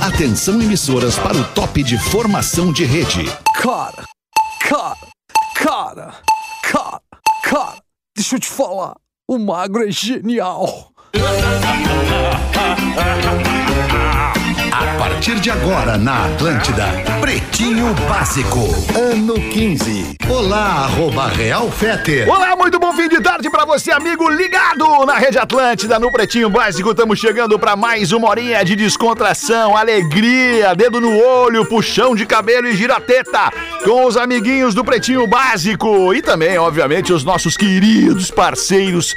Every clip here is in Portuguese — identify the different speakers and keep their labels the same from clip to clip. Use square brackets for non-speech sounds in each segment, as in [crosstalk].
Speaker 1: Atenção emissoras para o top de formação de rede.
Speaker 2: Cara, cara, cara, cara, cara, deixa eu te falar, o magro é genial.
Speaker 1: A partir de agora na Atlântida, Pretinho Básico, ano 15. Olá, arroba Real Fete.
Speaker 3: Olá, muito bom fim de tarde pra você, amigo ligado na Rede Atlântida, no Pretinho Básico. Estamos chegando pra mais uma horinha de descontração, alegria, dedo no olho, puxão de cabelo e girateta com os amiguinhos do Pretinho Básico e também, obviamente, os nossos queridos parceiros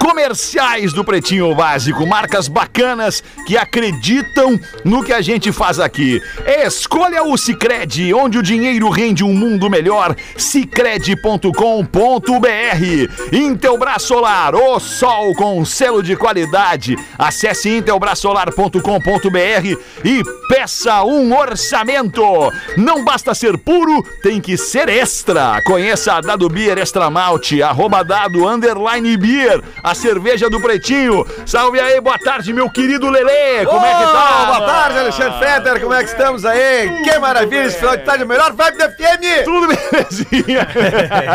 Speaker 3: comerciais do Pretinho Básico, marcas bacanas que acreditam no que a gente faz aqui. Escolha o Cicred, onde o dinheiro rende um mundo melhor. Cicred.com.br Intelbras Solar, o sol com selo de qualidade. Acesse intelbrasolar.com.br e peça um orçamento. Não basta ser puro, tem que ser extra. Conheça a Dado Beer Extra Malte, arroba dado underline beer, a cerveja do pretinho. Salve aí, boa tarde, meu querido Lele. Como é que tá?
Speaker 4: Boa tarde, Alexandre Fetter, como é que estamos aí? Que maravilha, esse final de tarde é o melhor vibe da FM!
Speaker 3: Tudo belezinha.
Speaker 2: [laughs]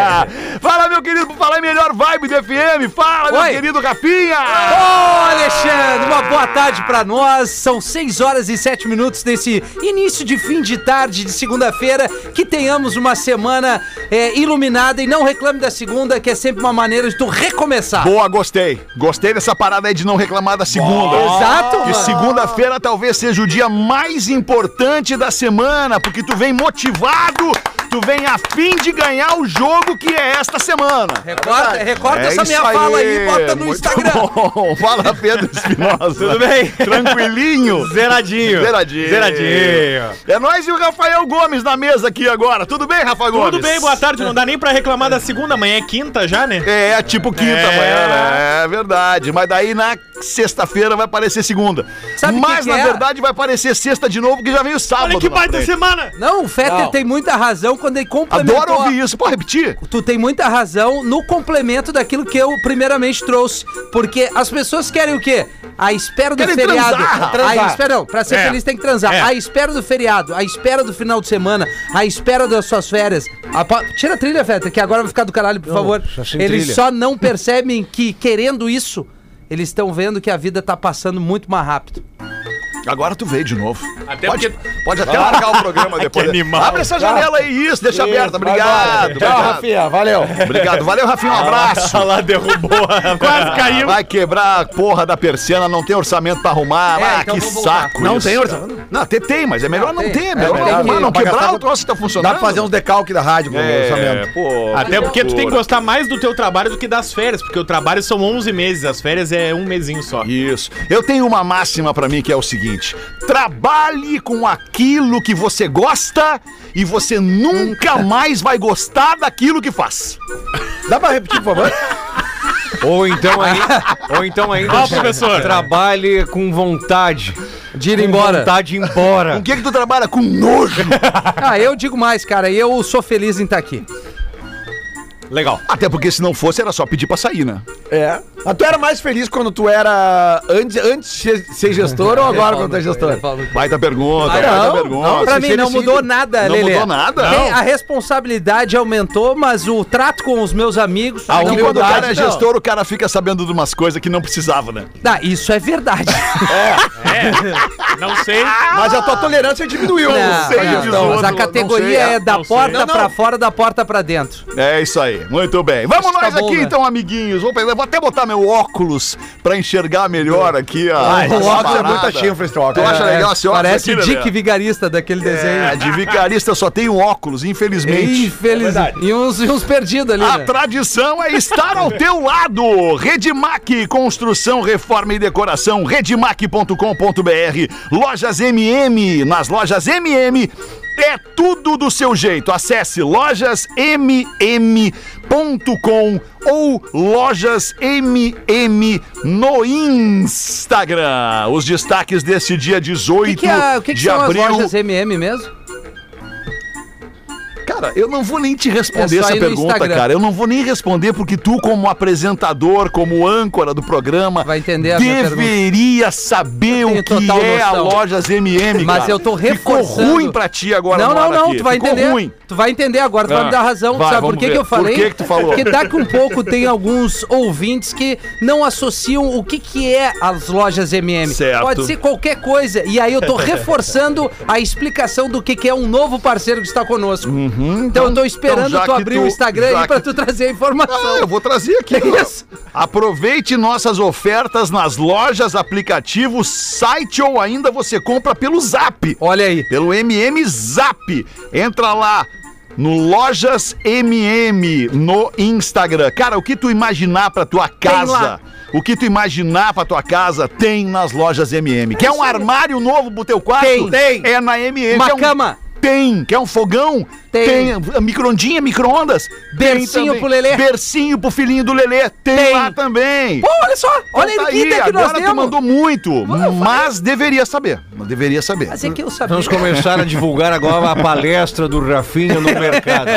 Speaker 3: Fala, meu querido, por falar em melhor vibe do FM. Fala, meu
Speaker 2: Oi.
Speaker 3: querido Rafinha.
Speaker 2: Ô, Alexandre, uma boa tarde pra nós. São 6 horas e 7 minutos desse início de fim de tarde de segunda-feira. Que tenhamos uma semana é, iluminada e não reclame da segunda, que é sempre uma maneira de tu recomeçar.
Speaker 3: Boa, gostei. Gostei dessa parada aí de não reclamar da segunda.
Speaker 2: Exato,
Speaker 3: Que
Speaker 2: mano.
Speaker 3: segunda-feira talvez seja o dia mais importante da semana, porque tu vem motivado, tu vem a fim de ganhar o jogo que é esta semana.
Speaker 2: Recorda, recorda
Speaker 3: É
Speaker 2: essa
Speaker 3: isso
Speaker 2: minha fala aí e bota no
Speaker 3: Muito
Speaker 2: Instagram.
Speaker 3: Bom. Fala, Pedro
Speaker 2: [laughs]
Speaker 3: Espinosa. Tudo
Speaker 5: [laughs]
Speaker 4: bem?
Speaker 3: Tranquilinho?
Speaker 4: Zeradinho!
Speaker 3: Zeradinho.
Speaker 4: Zeradinho!
Speaker 3: É nós e o Rafael Gomes na mesa aqui agora. Tudo bem, Rafa Gomes?
Speaker 5: Tudo bem, boa tarde. Não dá nem pra reclamar da segunda, amanhã é quinta já, né?
Speaker 3: É, tipo quinta
Speaker 5: É.
Speaker 3: amanhã, né? É verdade. Mas daí na sexta-feira vai parecer segunda.
Speaker 2: Sabe o que
Speaker 3: Mas
Speaker 2: que
Speaker 3: na
Speaker 2: é?
Speaker 3: verdade vai parecer sexta de novo, porque já veio sábado.
Speaker 5: Olha que
Speaker 3: na
Speaker 5: baita
Speaker 3: frente.
Speaker 5: semana!
Speaker 2: Não, o Fetter
Speaker 4: Não.
Speaker 2: tem muita razão quando ele complementou.
Speaker 3: Adoro
Speaker 2: a-
Speaker 3: ouvir isso. Pode repetir?
Speaker 2: Tu tem muita razão no complemento daquilo que eu primeiramente trouxe. Porque as pessoas querem o quê? A espera do
Speaker 3: Querem
Speaker 2: feriado.
Speaker 3: transar.
Speaker 2: A espera, não, pra ser
Speaker 5: É.
Speaker 2: feliz tem que transar.
Speaker 5: É.
Speaker 2: A espera do feriado, a espera do final de semana, a espera das suas férias. A pa- Tira a trilha, Feta, que agora vai ficar do caralho, por favor.
Speaker 4: já sem
Speaker 2: Eles
Speaker 4: trilha.
Speaker 2: só não percebem que, querendo isso, eles estão vendo que a vida tá passando muito mais rápido.
Speaker 3: Agora tu veio de novo.
Speaker 5: Até
Speaker 3: pode, pode até largar o programa depois. né?
Speaker 5: animal.
Speaker 3: Abre essa janela aí, isso, deixa aberta.
Speaker 4: Vai, vai.
Speaker 3: Obrigado.
Speaker 4: Tchau,
Speaker 3: Obrigado.
Speaker 4: Rafinha, valeu!
Speaker 3: Obrigado. Valeu, Rafinha. Um abraço.
Speaker 5: Tá lá derrubou, [laughs]
Speaker 4: Ah,
Speaker 5: quase caiu.
Speaker 3: Vai quebrar a porra da persiana, não tem orçamento pra arrumar.
Speaker 2: É,
Speaker 3: ah,
Speaker 2: então
Speaker 3: que
Speaker 2: vamos voltar.
Speaker 3: saco.
Speaker 4: Não tem
Speaker 3: cara. Não, até tem, mas é melhor não,
Speaker 2: tem.
Speaker 3: ter.
Speaker 2: É
Speaker 3: melhor não
Speaker 4: melhor
Speaker 3: arrumar,
Speaker 4: que-
Speaker 3: não
Speaker 4: pra
Speaker 3: quebrar
Speaker 4: gastar-
Speaker 3: o troço que tá funcionando.
Speaker 4: Dá pra fazer uns decalques da rádio com o
Speaker 3: É,
Speaker 4: orçamento.
Speaker 3: pô.
Speaker 5: Até porque tu tem que gostar mais do teu trabalho do que das férias, porque o trabalho são 11 meses, as férias é um mesinho só.
Speaker 3: Isso. Eu tenho uma máxima pra mim que é o seguinte: trabalhe com aquilo que você gosta e você nunca mais vai gostar daquilo que faz.
Speaker 4: Dá pra repetir, por favor?
Speaker 6: Ou então ainda. ou então ainda.
Speaker 5: Ó, Tá professor.
Speaker 6: Trabalhe com vontade.
Speaker 2: De ir
Speaker 6: Com
Speaker 2: embora.
Speaker 6: Vontade de ir
Speaker 3: Com o
Speaker 6: embora.
Speaker 3: que, que tu trabalha? Com nojo.
Speaker 2: Ah, eu digo mais, cara, eu sou feliz em estar aqui.
Speaker 6: Legal.
Speaker 3: Até porque se não fosse, era só pedir pra sair, né?
Speaker 4: É. Mas tu era mais feliz quando tu era antes, antes de ser gestor ou agora quando tu é gestor?
Speaker 3: Baita pergunta,
Speaker 2: Ah,
Speaker 3: baita
Speaker 2: não,
Speaker 3: pergunta.
Speaker 4: não,
Speaker 2: Pra
Speaker 4: Nossa,
Speaker 2: mim
Speaker 4: chega
Speaker 2: não
Speaker 4: assim,
Speaker 2: mudou nada,
Speaker 3: não
Speaker 2: Lelê.
Speaker 3: mudou nada?
Speaker 2: Tem-
Speaker 3: Não.
Speaker 2: A responsabilidade aumentou, mas o trato com os meus amigos.
Speaker 3: Ah,
Speaker 2: não
Speaker 3: que quando o
Speaker 2: mudou.
Speaker 3: cara é
Speaker 4: não.
Speaker 3: gestor, o cara fica sabendo de umas coisas que não precisava, né?
Speaker 2: Ah, isso é
Speaker 3: [laughs]
Speaker 2: verdade.
Speaker 5: Não sei.
Speaker 4: Mas a tua tolerância diminuiu.
Speaker 2: Não,
Speaker 3: sei
Speaker 2: não, não,
Speaker 3: disso,
Speaker 2: mas
Speaker 3: outro,
Speaker 2: a
Speaker 3: não
Speaker 2: categoria
Speaker 3: sei,
Speaker 2: é da
Speaker 5: não sei.
Speaker 2: porta
Speaker 4: Não, não.
Speaker 2: pra fora, da porta pra dentro.
Speaker 3: É isso aí, muito bem. Vamos
Speaker 2: Acho que tá
Speaker 3: nós
Speaker 2: bom,
Speaker 3: aqui
Speaker 2: né?
Speaker 3: então, amiguinhos. Vou, pegar- vou até botar meu óculos pra enxergar melhor aqui a.
Speaker 4: Ah, esse
Speaker 3: essa
Speaker 4: óculos é
Speaker 3: parada.
Speaker 4: muita chifra, esse óculos.
Speaker 3: Tu acha
Speaker 2: É,
Speaker 3: legal esse óculos?
Speaker 2: Parece
Speaker 3: aqui,
Speaker 2: o Dick
Speaker 3: Lelê?
Speaker 2: Vigarista daquele
Speaker 3: É,
Speaker 2: desenho.
Speaker 3: de vicarista eu só tenho óculos, infelizmente.
Speaker 2: Infeliz. e uns, e uns perdidos ali.
Speaker 3: A
Speaker 2: né?
Speaker 3: tradição é estar ao teu lado. Redmac, construção, reforma e decoração. Redmac.com.br. Lojas MM. Nas lojas MM é tudo do seu jeito. Acesse lojasmm.com ou lojasmm no Instagram. Os destaques deste dia
Speaker 2: O que,
Speaker 3: 18
Speaker 2: que, é- o que que
Speaker 3: de
Speaker 2: são as
Speaker 3: abril.
Speaker 2: lojas MM mesmo?
Speaker 3: Cara, Cara, eu não vou nem te responder
Speaker 2: É só
Speaker 3: essa
Speaker 2: ir no
Speaker 3: pergunta,
Speaker 2: Instagram.
Speaker 3: cara. Eu não vou nem responder porque tu, como apresentador, como âncora do programa,
Speaker 2: Vai entender a minha pergunta.
Speaker 3: deveria saber o
Speaker 2: tenho
Speaker 3: que
Speaker 2: total
Speaker 3: é a
Speaker 2: noção.
Speaker 3: Lojas MM,
Speaker 2: Mas
Speaker 3: cara.
Speaker 2: eu tô
Speaker 3: Ficou
Speaker 2: reforçando-
Speaker 3: ruim pra ti agora,
Speaker 2: Não, não,
Speaker 3: Moara,
Speaker 2: não,
Speaker 3: aqui.
Speaker 2: tu vai
Speaker 3: Ficou
Speaker 2: entender.
Speaker 3: ruim. Ah,
Speaker 2: Tu vai entender agora, tu vai me dar razão.
Speaker 3: vai,
Speaker 2: Sabe por
Speaker 3: vamos
Speaker 2: que,
Speaker 3: ver.
Speaker 2: que eu
Speaker 3: Por
Speaker 2: falei?
Speaker 3: que que tu falou?
Speaker 2: Porque daqui um pouco tem alguns ouvintes que não associam o que, que é as lojas MM.
Speaker 3: Certo.
Speaker 2: Pode ser qualquer coisa. E aí eu
Speaker 3: [laughs]
Speaker 2: tô reforçando a explicação do que, que é um novo parceiro que está conosco. Então eu tô esperando
Speaker 3: Uhum, então já
Speaker 2: tu
Speaker 3: que
Speaker 2: abrir
Speaker 3: tu-
Speaker 2: o Instagram
Speaker 3: já
Speaker 2: aí pra
Speaker 3: que-
Speaker 2: tu trazer a informação.
Speaker 3: Ah, eu vou trazer aqui.
Speaker 2: [laughs] É isso.
Speaker 3: Aproveite nossas ofertas nas lojas, aplicativos, site ou ainda você compra pelo Zap.
Speaker 2: Olha aí.
Speaker 3: pelo MM Zap. Entra lá no Lojas MM no Instagram. Cara, o que tu imaginar pra tua
Speaker 2: lá.
Speaker 3: casa? O que tu imaginar pra tua casa tem nas lojas MM. Quer um armário novo pro teu quarto?
Speaker 2: Tem. Tem.
Speaker 3: É na MM.
Speaker 2: Uma
Speaker 3: Quer um-
Speaker 2: cama?
Speaker 3: Tem. Quer um fogão?
Speaker 2: Tem.
Speaker 3: Microndinha, micro-ondas? Tem
Speaker 2: Bercinho
Speaker 3: também.
Speaker 2: pro Lelê?
Speaker 3: Bercinho pro filhinho do Lelê? Tem,
Speaker 2: Tem.
Speaker 3: lá também.
Speaker 2: Pô, olha só. Olha
Speaker 3: Então
Speaker 2: a
Speaker 3: tá
Speaker 2: erguida que nós
Speaker 3: agora tu
Speaker 2: temos.
Speaker 3: mandou muito,
Speaker 2: falei.
Speaker 3: mas deveria saber. Mas deveria saber.
Speaker 2: Mas é que eu sabia.
Speaker 6: Vamos começar a divulgar agora a palestra do Rafinha no
Speaker 4: [laughs]
Speaker 6: mercado.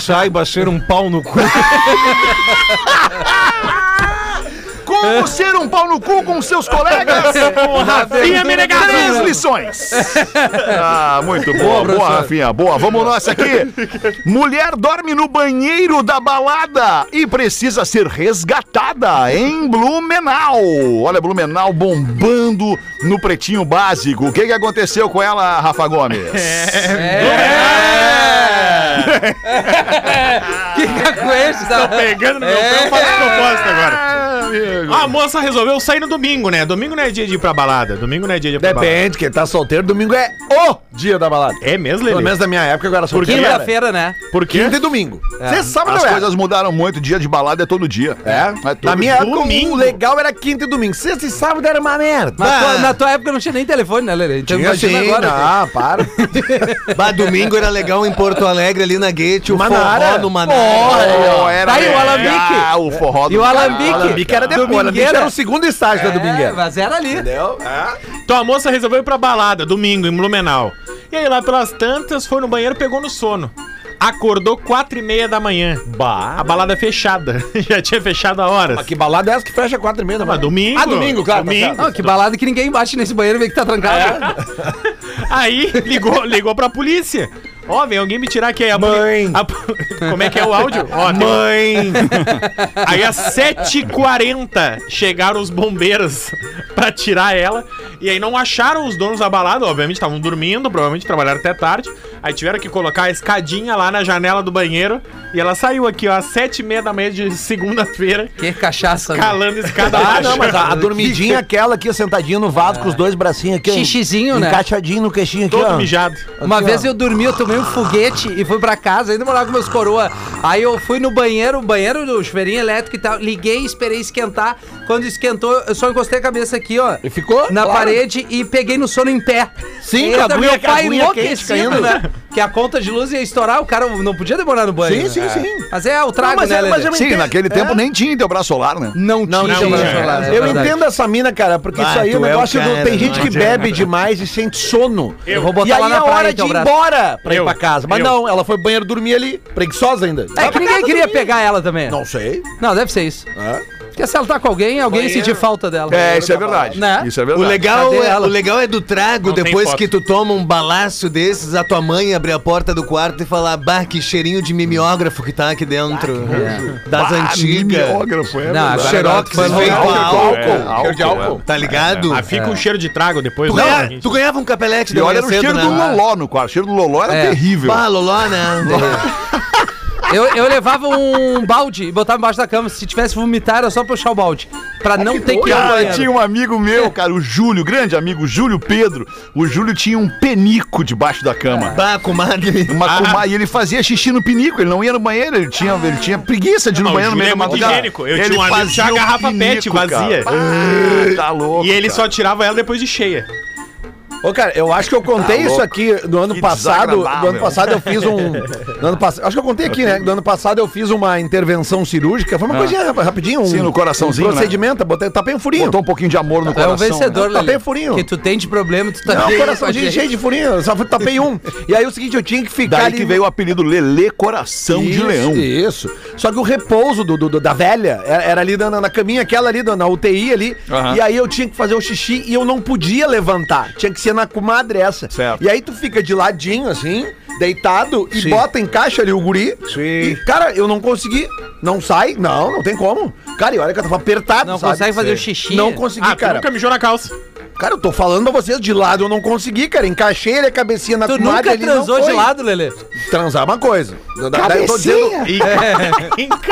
Speaker 6: Saiba ser um pau no cu.
Speaker 3: Como ser um pau no cu com seus colegas?
Speaker 5: Rafinha Menegaso.
Speaker 3: Três lições. Ah, muito boa, boa, Rafinha, boa. Vamos nós aqui. Mulher dorme no banheiro da balada e precisa ser resgatada em Blumenau. Olha, Blumenau bombando no pretinho básico. O que, que aconteceu com ela, Rafa Gomes?
Speaker 2: É! [laughs] Que cacoete, tá?
Speaker 5: Pegando no meu pé, eu faço de propósito agora. A moça resolveu sair no domingo, né? Domingo não é dia de ir pra balada. Domingo não é dia de ir pra balada.
Speaker 4: Depende, quem tá solteiro, domingo é o dia da balada.
Speaker 5: É mesmo,
Speaker 4: Pelo
Speaker 5: Lelê?
Speaker 4: menos na minha época, agora sou solteiro. era
Speaker 2: Quinta-feira, né?
Speaker 5: Por quê?
Speaker 4: Quinta e domingo. Você sabe,
Speaker 3: As
Speaker 4: não é?
Speaker 3: coisas mudaram muito, dia de balada é todo dia.
Speaker 4: É,
Speaker 3: todo
Speaker 4: na minha época
Speaker 5: domingo.
Speaker 4: o legal era quinta e domingo. Sexta e sábado era uma merda.
Speaker 2: Mas
Speaker 6: é
Speaker 2: tua- na tua época não tinha nem telefone, né, Lelê? Então
Speaker 4: Tinha
Speaker 2: imagina
Speaker 4: sim,
Speaker 2: agora.
Speaker 4: Ah, para.
Speaker 6: [laughs] Bah, domingo era legal em Porto Alegre, ali na Gate, o
Speaker 4: Manara.
Speaker 6: forró do Manara.
Speaker 3: Oh,
Speaker 2: Tá aí o Alambique.
Speaker 3: Ah, o forró do
Speaker 2: E o
Speaker 3: cara.
Speaker 2: Alambique?
Speaker 4: Alambique era depois. Alambique
Speaker 2: Domingueira.
Speaker 4: era o segundo estágio da
Speaker 2: É,
Speaker 4: domingueira.
Speaker 2: mas era ali.
Speaker 4: Entendeu?
Speaker 5: Então a moça resolveu ir pra balada, domingo, em Blumenau. E aí lá pelas tantas, foi no banheiro, pegou no sono. Acordou quatro e meia da manhã. Bah. A balada fechada. [laughs] Já tinha fechado a hora.
Speaker 4: Mas que balada é essa que fecha quatro e meia da
Speaker 5: Mas
Speaker 4: manhã?
Speaker 5: domingo.
Speaker 4: Ah, domingo, claro, tá
Speaker 5: Domingo.
Speaker 4: certo.
Speaker 2: Não, que balada que ninguém bate nesse banheiro e vê que tá trancado.
Speaker 5: Aí ligou, ligou pra polícia. Ó, vem alguém me tirar aqui. Aí A poli-
Speaker 6: Mãe.
Speaker 5: a po- [laughs] como é que é o áudio? Ó, tem-
Speaker 6: Mãe!
Speaker 5: [laughs] Aí às 7h40 chegaram os bombeiros [laughs] pra tirar ela. E aí não acharam os donos da balada, obviamente estavam dormindo, provavelmente trabalharam até tarde. Aí tiveram que colocar a escadinha lá na janela do banheiro. E ela saiu aqui, ó, às 7h30 da manhã de segunda-feira,
Speaker 2: Que cachaça, né?
Speaker 5: calando a escada é
Speaker 4: Ah,
Speaker 5: baixa.
Speaker 4: não, mas [laughs] a, a dormidinha aquela aqui, sentadinha no vaso, com os dois bracinhos aqui. ó,
Speaker 2: Xixizinho, né?
Speaker 4: Encaixadinho no queixinho aqui,
Speaker 5: Todo
Speaker 4: ó.
Speaker 5: mijado.
Speaker 2: Uma
Speaker 4: Aqui,
Speaker 2: vez
Speaker 4: ó.
Speaker 2: eu dormi, eu tomei um foguete e fui pra casa, ainda morava com meus coroa. Aí eu fui no banheiro, banheiro do chuveirinho elétrico e tal, liguei, esperei esquentar. Quando esquentou, eu só encostei a cabeça aqui, ó.
Speaker 4: E ficou?
Speaker 2: Na
Speaker 4: Claro.
Speaker 2: parede e peguei no sono em pé.
Speaker 4: Sim,
Speaker 2: Entra
Speaker 4: com a
Speaker 2: meu
Speaker 4: agulha-
Speaker 2: pai
Speaker 4: a agulha quente
Speaker 2: enlouquecido,
Speaker 4: caindo.
Speaker 2: né? Que a conta de luz ia estourar, o cara não podia demorar no banho.
Speaker 4: Sim, sim,
Speaker 2: né?
Speaker 4: sim.
Speaker 2: Mas é, o trago,
Speaker 4: Não, mas
Speaker 2: né,
Speaker 4: era- mas
Speaker 2: Lelê?
Speaker 4: era-
Speaker 3: Sim,
Speaker 4: entendo.
Speaker 3: naquele tempo
Speaker 4: É.
Speaker 3: nem tinha Intelbras solar, né?
Speaker 2: Não
Speaker 4: Não,
Speaker 2: tinha.
Speaker 4: tinha.
Speaker 2: pra falar, é
Speaker 4: Eu
Speaker 2: verdade.
Speaker 4: entendo essa mina, cara, porque
Speaker 6: Bah,
Speaker 4: isso aí é
Speaker 6: tu
Speaker 4: um
Speaker 6: é o
Speaker 4: negócio do.
Speaker 6: cara,
Speaker 4: Tem
Speaker 6: não
Speaker 4: gente que
Speaker 6: adianta.
Speaker 4: bebe demais e sente sono.
Speaker 2: Eu vou
Speaker 4: E
Speaker 2: botar
Speaker 4: aí
Speaker 2: lá na
Speaker 4: é
Speaker 2: praia,
Speaker 4: hora de
Speaker 2: então,
Speaker 4: ir
Speaker 2: braço.
Speaker 4: embora pra
Speaker 5: Eu.
Speaker 4: ir pra casa. Mas
Speaker 5: Eu.
Speaker 4: não, ela foi pro banheiro dormir ali, preguiçosa ainda.
Speaker 2: É que ninguém queria pegar ela também. Não.
Speaker 4: Não sei. É.
Speaker 2: deve ser isso. Porque se ela tá com alguém, alguém sentir falta dela.
Speaker 3: É, isso é verdade.
Speaker 2: Né?
Speaker 3: Isso é
Speaker 6: O
Speaker 3: verdade.
Speaker 6: legal,
Speaker 2: Cadê
Speaker 6: é,
Speaker 2: ela?
Speaker 6: o legal é do trago,
Speaker 5: Não tem
Speaker 6: depois
Speaker 5: foto.
Speaker 6: que tu toma um balaço desses, a tua mãe abrir a porta do quarto e falar, bah, que cheirinho de mimeógrafo que tá aqui dentro. Das antigas.
Speaker 3: Mimeógrafo, é
Speaker 2: Não,
Speaker 3: verdade.
Speaker 2: agora-
Speaker 6: Xerox
Speaker 2: Mas
Speaker 6: vem
Speaker 3: álcool,
Speaker 6: com
Speaker 3: é,
Speaker 6: álcool.
Speaker 3: álcool,
Speaker 6: de álcool.
Speaker 3: é.
Speaker 6: Tá ligado?
Speaker 5: Aí
Speaker 4: É.
Speaker 5: fica um cheiro de trago depois.
Speaker 6: Tu,
Speaker 5: né?
Speaker 6: ganha- tu ganhava um capelete
Speaker 3: E
Speaker 6: da
Speaker 3: olha,
Speaker 6: manhã
Speaker 3: era o cheiro
Speaker 6: cedo, né?
Speaker 3: do Loló no quarto. O cheiro do Loló era
Speaker 2: É.
Speaker 3: terrível.
Speaker 6: Bah, loló, né?
Speaker 2: Eu, eu levava um balde e botava embaixo da cama. Se tivesse vomitar, era só puxar o balde. Pra
Speaker 4: É
Speaker 2: não ter que ir ao
Speaker 3: Cara, tinha
Speaker 2: banheiro.
Speaker 3: um amigo meu, cara, o Júlio, grande amigo, o Júlio Pedro. O Júlio tinha um penico debaixo da cama.
Speaker 6: Bah, comadre.
Speaker 3: Uma
Speaker 5: Ah.
Speaker 3: cuma- e ele fazia xixi no pinico, ele não ia no banheiro, ele tinha, ele tinha preguiça de ir no
Speaker 5: Não,
Speaker 3: banheiro
Speaker 5: o
Speaker 3: no
Speaker 5: Júlio
Speaker 3: meio
Speaker 5: é
Speaker 3: da
Speaker 5: muito
Speaker 3: madrugada.
Speaker 5: higiênico. Eu
Speaker 3: Ele
Speaker 5: tinha um amigo que
Speaker 3: fazia
Speaker 5: tinha
Speaker 3: o
Speaker 5: a garrafa pet
Speaker 3: pinico, cara.
Speaker 5: vazia.
Speaker 3: Ah, tá louco.
Speaker 5: E ele
Speaker 3: cara.
Speaker 5: só tirava ela depois de cheia.
Speaker 4: Ô, cara, eu acho que eu contei
Speaker 1: Tá
Speaker 4: isso
Speaker 1: louco.
Speaker 4: aqui no ano
Speaker 1: Que
Speaker 4: passado.
Speaker 1: desagradável.
Speaker 4: Do ano passado eu fiz
Speaker 1: [laughs]
Speaker 4: um. do ano pass... Acho que eu contei aqui, né? Do ano passado eu fiz uma intervenção cirúrgica. Foi uma coisinha rap- rapidinho. Um,
Speaker 1: Ah. Sim, no coraçãozinho, né?
Speaker 4: Um procedimento, botei, tapei um furinho.
Speaker 1: Botou um pouquinho de amor no
Speaker 2: É
Speaker 1: coração.
Speaker 2: um vencedor,
Speaker 4: né? Tá
Speaker 2: Lelê.
Speaker 4: bem furinho.
Speaker 2: Que tu tem de problema, tu tá
Speaker 4: Não,
Speaker 2: bem
Speaker 4: coraçãozinho
Speaker 2: com a
Speaker 4: cheio
Speaker 2: gente.
Speaker 4: de furinho. eu Só fui- tapei um. E aí o seguinte, eu tinha que ficar
Speaker 1: Daí
Speaker 4: ali.
Speaker 1: que veio o apelido Lelê Coração de
Speaker 4: Isso,
Speaker 1: Leão.
Speaker 4: Isso. Só que o repouso do, do- do- da velha era, era ali na, na- na caminha, aquela ali, na UTI ali.
Speaker 1: Aham.
Speaker 4: E aí eu tinha que fazer o xixi e eu não podia levantar. Tinha que ser na comadre essa.
Speaker 1: Certo.
Speaker 4: E aí tu fica de ladinho, assim, deitado, e bota, encaixa ali o guri.
Speaker 6: Sim.
Speaker 4: E, cara, eu não consegui. Não sai? Não, não tem como. Cara, e olha que eu tava apertado,
Speaker 2: Não
Speaker 4: sabe?
Speaker 2: consegue fazer o xixi.
Speaker 4: Não consegui,
Speaker 5: Ah, tu
Speaker 4: cara.
Speaker 5: nunca mijou na calça.
Speaker 4: Cara, eu tô falando pra vocês, de lado eu não consegui, cara. Encaixei ele a cabecinha na
Speaker 2: Tu
Speaker 4: comadre
Speaker 2: nunca
Speaker 4: ali, não
Speaker 2: transou de
Speaker 4: foi.
Speaker 2: lado, Lelê.
Speaker 4: Transar é uma coisa. Daí eu tô dizendo,
Speaker 5: [laughs]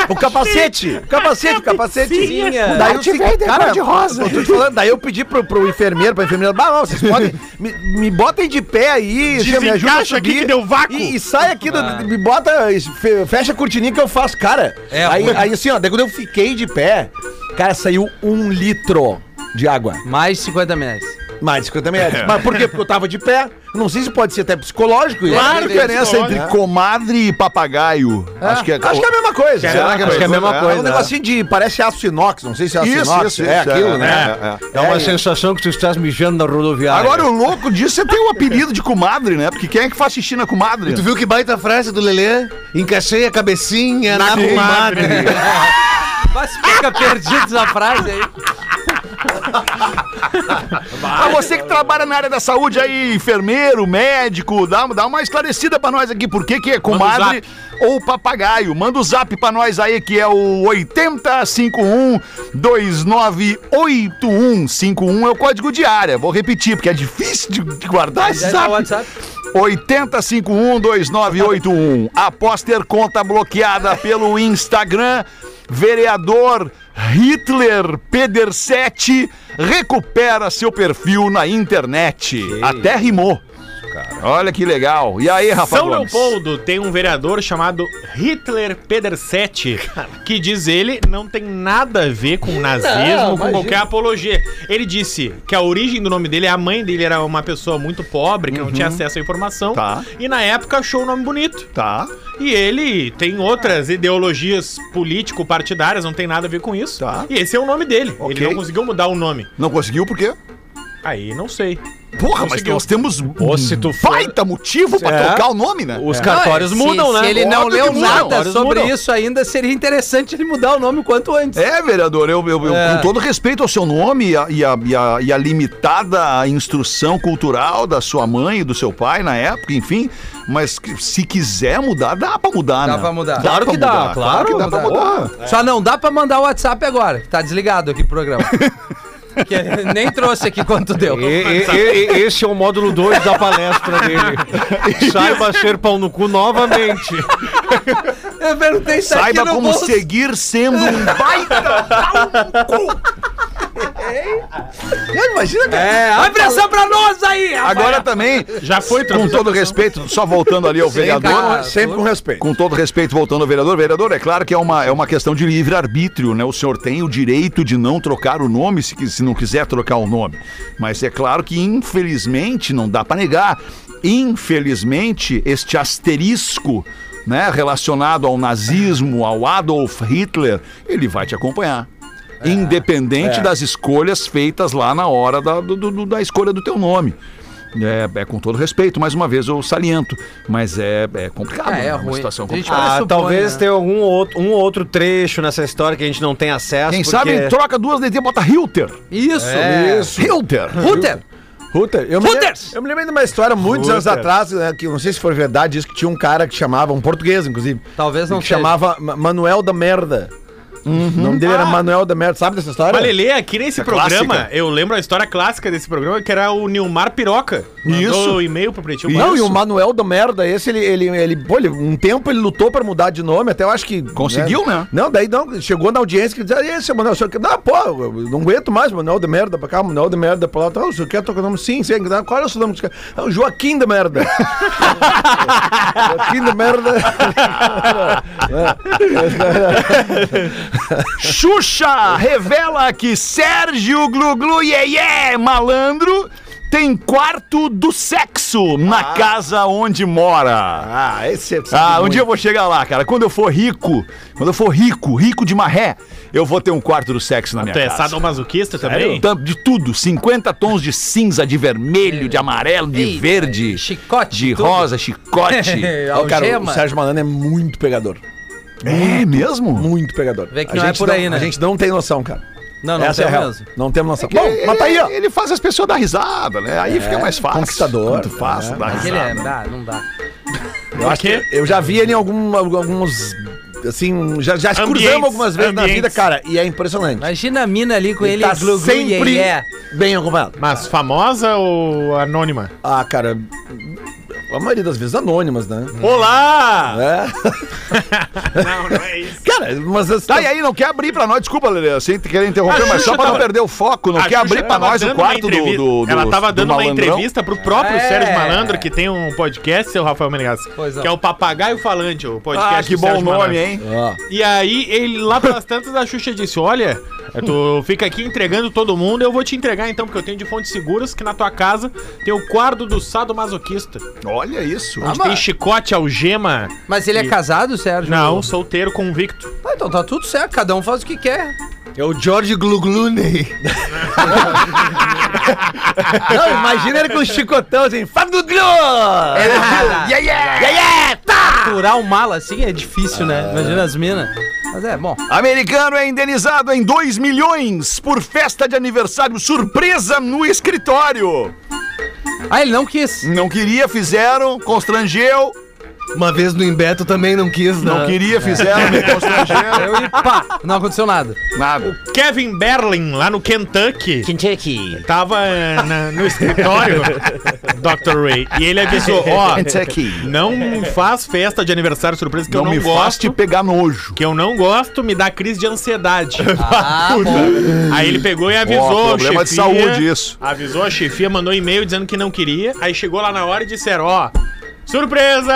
Speaker 4: o capacete, o capacete, o capacete.
Speaker 5: é
Speaker 2: Tinha.
Speaker 4: Daí eu fiquei, cara, de rosa. Eu tô te falando, daí eu pedi pro, pro enfermeiro, pra enfermeira, bah, não, vocês podem, me, me botem de pé aí, já me ajuda a
Speaker 5: Desencaixa aqui
Speaker 4: subir.
Speaker 5: que deu vácuo. Ah.
Speaker 4: E, e sai aqui, do- me bota, fe- fecha a cortininha que eu faço, cara.
Speaker 2: É,
Speaker 4: aí,
Speaker 2: ruim.
Speaker 4: aí assim, ó, daí quando eu fiquei de pé, cara, saiu um litro de água.
Speaker 2: Mais 50 metros.
Speaker 4: Mais de 50
Speaker 5: É.
Speaker 4: metros. Mas por quê? Porque eu tava de pé. Não sei se pode ser até psicológico. isso.
Speaker 1: Claro a
Speaker 2: Claro que
Speaker 1: diferença
Speaker 5: é
Speaker 1: entre comadre e papagaio. Acho que é.
Speaker 4: Ah. Acho que é a mesma coisa.
Speaker 5: Será que é a
Speaker 1: mesma
Speaker 4: É
Speaker 1: coisa,
Speaker 4: um
Speaker 1: né?
Speaker 4: negocinho de. Parece aço inox, não sei se é aço
Speaker 1: Isso,
Speaker 4: inox.
Speaker 1: isso,
Speaker 4: é
Speaker 1: isso,
Speaker 4: aquilo,
Speaker 1: é,
Speaker 4: né?
Speaker 1: é, é.
Speaker 6: Dá uma
Speaker 4: É,
Speaker 6: sensação que tu estás mijando na rodoviária.
Speaker 1: Agora, o louco disso é ter o apelido de comadre, né? Porque quem é que faz xixi na comadre?
Speaker 6: Tu viu que baita frase do Lelê? Encaixei a cabecinha na, comadre.
Speaker 5: né?
Speaker 2: Mas fica perdido na frase aí.
Speaker 1: Ah, você que trabalha na área da saúde aí, enfermeiro, médico, dá, dá uma esclarecida pra nós aqui, por que que é comadre ou papagaio. Manda o zap pra nós aí, que é o 8051-2981. 51 é o código de área, vou repetir, porque é difícil de, de guardar esse
Speaker 2: Deve dar um
Speaker 1: zap.
Speaker 2: WhatsApp.
Speaker 1: 80512981. Após ter conta bloqueada pelo Instagram, vereador Hitler Pedersetti recupera seu perfil na internet. Até rimou. Olha que legal. E aí, É, Rafa
Speaker 5: São
Speaker 1: Gomes?
Speaker 5: Leopoldo tem um vereador chamado Hitler Pedersetti, que diz ele não tem nada a ver com nazismo, com qualquer apologia. Ele disse que a origem do nome dele, a mãe dele era uma pessoa muito pobre, que não tinha acesso à informação,
Speaker 1: Uhum. Tá.
Speaker 5: e na época achou o nome bonito.
Speaker 1: Tá.
Speaker 5: E ele tem outras ideologias político-partidárias, não tem nada a ver com isso.
Speaker 1: Tá.
Speaker 5: E esse é o nome dele.
Speaker 1: Ok.
Speaker 5: Ele não conseguiu mudar o nome.
Speaker 1: Não conseguiu por quê?
Speaker 5: Aí, não sei. é
Speaker 1: Porra, mas
Speaker 5: Conseguiu.
Speaker 1: nós temos
Speaker 6: Ou se tu for-
Speaker 1: baita motivo pra
Speaker 6: É.
Speaker 1: trocar o nome, né?
Speaker 6: Os cartórios
Speaker 2: Se-
Speaker 6: mudam,
Speaker 2: se
Speaker 6: né?
Speaker 2: ele não
Speaker 1: Óbvio
Speaker 2: leu
Speaker 1: que mudam,
Speaker 2: nada
Speaker 6: óbvio que
Speaker 2: sobre
Speaker 6: mudam.
Speaker 2: isso ainda, seria interessante ele mudar o nome o quanto antes.
Speaker 1: É, vereador, eu, eu- eu-
Speaker 2: É.
Speaker 1: com todo respeito ao seu nome e a, e a- e a- e a limitada instrução cultural da sua mãe e do seu pai na época, enfim, mas que- se quiser mudar, dá pra mudar,
Speaker 2: Dá
Speaker 1: né?
Speaker 2: pra mudar.
Speaker 6: Claro
Speaker 1: pra
Speaker 6: que dá,
Speaker 1: mudar,
Speaker 6: claro
Speaker 1: que dá
Speaker 2: mudar.
Speaker 1: pra mudar.
Speaker 2: Só não dá pra mandar o WhatsApp agora, que tá desligado aqui pro programa. que nem trouxe aqui quanto deu.
Speaker 6: E- e- e- e- esse é o módulo 2 da palestra
Speaker 5: [laughs]
Speaker 6: dele. Saiba ser pau no cu novamente.
Speaker 2: Eu perguntei se tá aqui
Speaker 1: Saiba
Speaker 2: no
Speaker 1: como
Speaker 2: bolso.
Speaker 1: seguir sendo um baita.
Speaker 4: Imagina, cara.
Speaker 2: É, abre essa pra nós aí, rapaz.
Speaker 1: Agora também,
Speaker 5: Já foi
Speaker 1: com todo respeito, só voltando ali ao vereador,
Speaker 2: cara.
Speaker 4: Sempre com respeito.
Speaker 1: Com todo respeito, voltando ao vereador, vereador, é claro que é uma, é uma questão de livre-arbítrio, né? O senhor tem o direito de não trocar o nome se, quis- se não quiser trocar o nome. Mas é claro que, infelizmente, não dá para negar, infelizmente, este asterisco. Né, relacionado ao nazismo, ao Adolf Hitler, ele vai te acompanhar.
Speaker 2: É,
Speaker 1: Independente das escolhas feitas lá na hora da, do- do- do- da escolha do teu nome. É, é com todo respeito, mais uma vez eu saliento, mas é, é complicado.
Speaker 2: Ah,
Speaker 1: né?
Speaker 2: é ruim.
Speaker 1: Uma situação
Speaker 2: A gente
Speaker 1: complicada.
Speaker 2: Ah,
Speaker 6: Ah,
Speaker 2: supõe,
Speaker 6: talvez
Speaker 2: né?
Speaker 6: tenha algum outro, um outro trecho nessa história que a gente não tem acesso.
Speaker 1: Quem
Speaker 6: porque-
Speaker 4: então-
Speaker 1: sabe troca duas DT e bota Hilter.
Speaker 2: Isso.
Speaker 6: É.
Speaker 4: Isso.
Speaker 1: Hilter.
Speaker 2: Puter.
Speaker 4: Ruter, eu me, lembro,
Speaker 2: Reuters!
Speaker 4: eu me lembro de uma história muitos anos
Speaker 6: Reuters.
Speaker 4: atrás, né, que eu não sei se foi verdade, diz que tinha um cara que chamava, um português, inclusive.
Speaker 2: Talvez não
Speaker 4: que
Speaker 2: seja. Ah!
Speaker 4: chamava Ma- Manuel da Merda. O nome dele era Manuel da Merda, sabe dessa história?
Speaker 5: Mas, Lelê, aqui nesse
Speaker 1: clássica.
Speaker 5: programa, eu lembro a história clássica desse programa, que era o Nilmar Piroca.
Speaker 1: Isso.
Speaker 5: o e-mail pro Pretinho.
Speaker 4: Não, e
Speaker 5: Básico.
Speaker 4: o Manuel da Merda, esse, ele, ele, ele, pô, ele- um tempo ele lutou pra mudar de nome, até eu acho que.
Speaker 1: Conseguiu, né?
Speaker 4: Não, daí não, chegou na audiência que dizia, "E esse é o Manuel, o senhor quer. Não, pô, eu não aguento mais, Manuel de Merda pra cá, Manuel de Merda pra lá. Tá, o senhor quer trocar o nome? Sim, sim. Qual é o seu nome? É o Joaquim da
Speaker 2: [laughs]
Speaker 4: Merda. Joaquim da Merda.
Speaker 1: Xuxa revela que Sérgio Gluglu Yeye Malandro
Speaker 3: tem quarto do sexo na casa onde mora.
Speaker 4: Ah, esse é
Speaker 3: Ah, um dia eu vou chegar lá, cara. Quando eu for rico, quando eu for rico, rico de marré, eu vou ter um quarto do sexo na minha
Speaker 5: Tu é
Speaker 3: casa.
Speaker 5: sadomasoquista também?
Speaker 3: Tampo de tudo, 50 tons de cinza, de vermelho, de amarelo, de
Speaker 2: Eita,
Speaker 3: verde,
Speaker 2: chicote,
Speaker 3: de
Speaker 2: tudo.
Speaker 3: rosa, chicote.
Speaker 2: [laughs]
Speaker 3: [laughs]
Speaker 2: É,
Speaker 4: Ó, cara, o
Speaker 2: algema.
Speaker 4: Sérgio Malandro é muito pegador.
Speaker 3: é mesmo?
Speaker 4: Muito pegador.
Speaker 2: Vê que
Speaker 4: A
Speaker 2: não é
Speaker 4: gente
Speaker 2: por aí, né?
Speaker 4: A gente não tem noção, cara.
Speaker 2: Não, não
Speaker 4: Essa é
Speaker 2: tem
Speaker 4: a real.
Speaker 2: mesmo.
Speaker 4: Não temos noção. Bom, mas tá aí, ó.
Speaker 3: Ele faz as pessoas dar risada, né? Aí fica mais fácil.
Speaker 4: conquistador,
Speaker 3: Muito fácil
Speaker 4: é,
Speaker 3: dar
Speaker 2: Mas ele é,
Speaker 3: risada.
Speaker 2: não dá, não dá.
Speaker 4: Eu, acho que é. eu já vi ele em algum, alguns. Assim, já, já se cruzamos
Speaker 5: Ambientes,
Speaker 4: algumas vezes na
Speaker 5: ambientes.
Speaker 4: vida, cara. E é impressionante.
Speaker 2: Imagina a mina ali com ele, é.
Speaker 4: tá
Speaker 2: glu, glu, iê,
Speaker 4: sempre
Speaker 2: iê.
Speaker 4: bem acompanhado.
Speaker 5: Mas famosa ou anônima?
Speaker 4: Ah, cara. A maioria das vezes anônimas, né?
Speaker 3: Hum.
Speaker 5: Olá!
Speaker 4: É. [laughs]
Speaker 5: Não, não é isso.
Speaker 4: Cara, mas as-
Speaker 3: Tá, e aí, não quer abrir pra nós? Desculpa, Lelê, sem querer interromper,
Speaker 5: A
Speaker 3: mas só
Speaker 5: Xuxa
Speaker 3: pra não
Speaker 5: tava-
Speaker 3: perder o foco, não
Speaker 5: A
Speaker 3: quer
Speaker 5: Xuxa
Speaker 3: abrir pra
Speaker 5: tava
Speaker 3: nós o
Speaker 5: dando uma
Speaker 3: quarto do,
Speaker 5: entrevista-
Speaker 3: do, do.
Speaker 5: Ela tava
Speaker 3: do
Speaker 5: dando uma
Speaker 3: malandrão.
Speaker 5: entrevista pro próprio
Speaker 2: É.
Speaker 5: Sérgio Malandro, que tem um podcast, seu Rafael Menegas,
Speaker 2: Pois é.
Speaker 5: que é o Papagaio Falante, o podcast
Speaker 3: Ah, que
Speaker 5: do
Speaker 3: bom
Speaker 5: Sérgio
Speaker 3: nome,
Speaker 5: Malandro.
Speaker 3: hein?
Speaker 2: Ah.
Speaker 4: Ó.
Speaker 5: E aí, ele lá pelas tantas, a Xuxa disse: Olha, tu fica aqui entregando todo mundo, eu vou te entregar então, porque eu tenho de fontes seguras que na tua casa tem o quarto do sadomasoquista.
Speaker 3: Olha isso.
Speaker 5: onde tem chicote, algema.
Speaker 2: Mas ele é casado, Sérgio?
Speaker 5: Não, solteiro convicto.
Speaker 2: Ah, então tá tudo certo, cada um faz o que quer.
Speaker 6: É o George Glugluney.
Speaker 4: [laughs] Não, imagina ele com o chicotão assim, Fábio Glo!
Speaker 2: É,
Speaker 3: Yeah, yeah!
Speaker 2: Curar o mala assim é difícil, né? Imagina as minas. Mas é, bom.
Speaker 3: Americano é indenizado em 2 milhões por festa de aniversário surpresa no escritório.
Speaker 2: Ah, ele não quis.
Speaker 3: Não queria, fizeram, constrangeu.
Speaker 6: Uma vez no Embeto também não quis, né?
Speaker 3: Não queria, fizeram,
Speaker 5: [laughs]
Speaker 3: me constrangeram.
Speaker 2: Eu e pá, não aconteceu nada.
Speaker 3: Nada.
Speaker 5: Kevin Berlin, lá no Kentucky. Kentucky. Tava eh, na- no escritório, Dr. Ray. E ele avisou: Ó,
Speaker 3: [laughs] Kentucky.
Speaker 5: não faz festa de aniversário surpresa que
Speaker 3: é Não,
Speaker 5: eu
Speaker 3: me
Speaker 5: não
Speaker 3: faz te
Speaker 5: gosto.
Speaker 3: pegar nojo.
Speaker 5: Que eu não gosto, me dá crise de ansiedade.
Speaker 2: Ah, bom.
Speaker 5: Aí ele pegou e avisou
Speaker 3: tá. Ó,
Speaker 5: a
Speaker 3: problema de
Speaker 5: chefia,
Speaker 3: saúde isso.
Speaker 5: Avisou a chefia, mandou e-mail dizendo que não queria. Aí chegou lá na hora e disseram, ó, surpresa!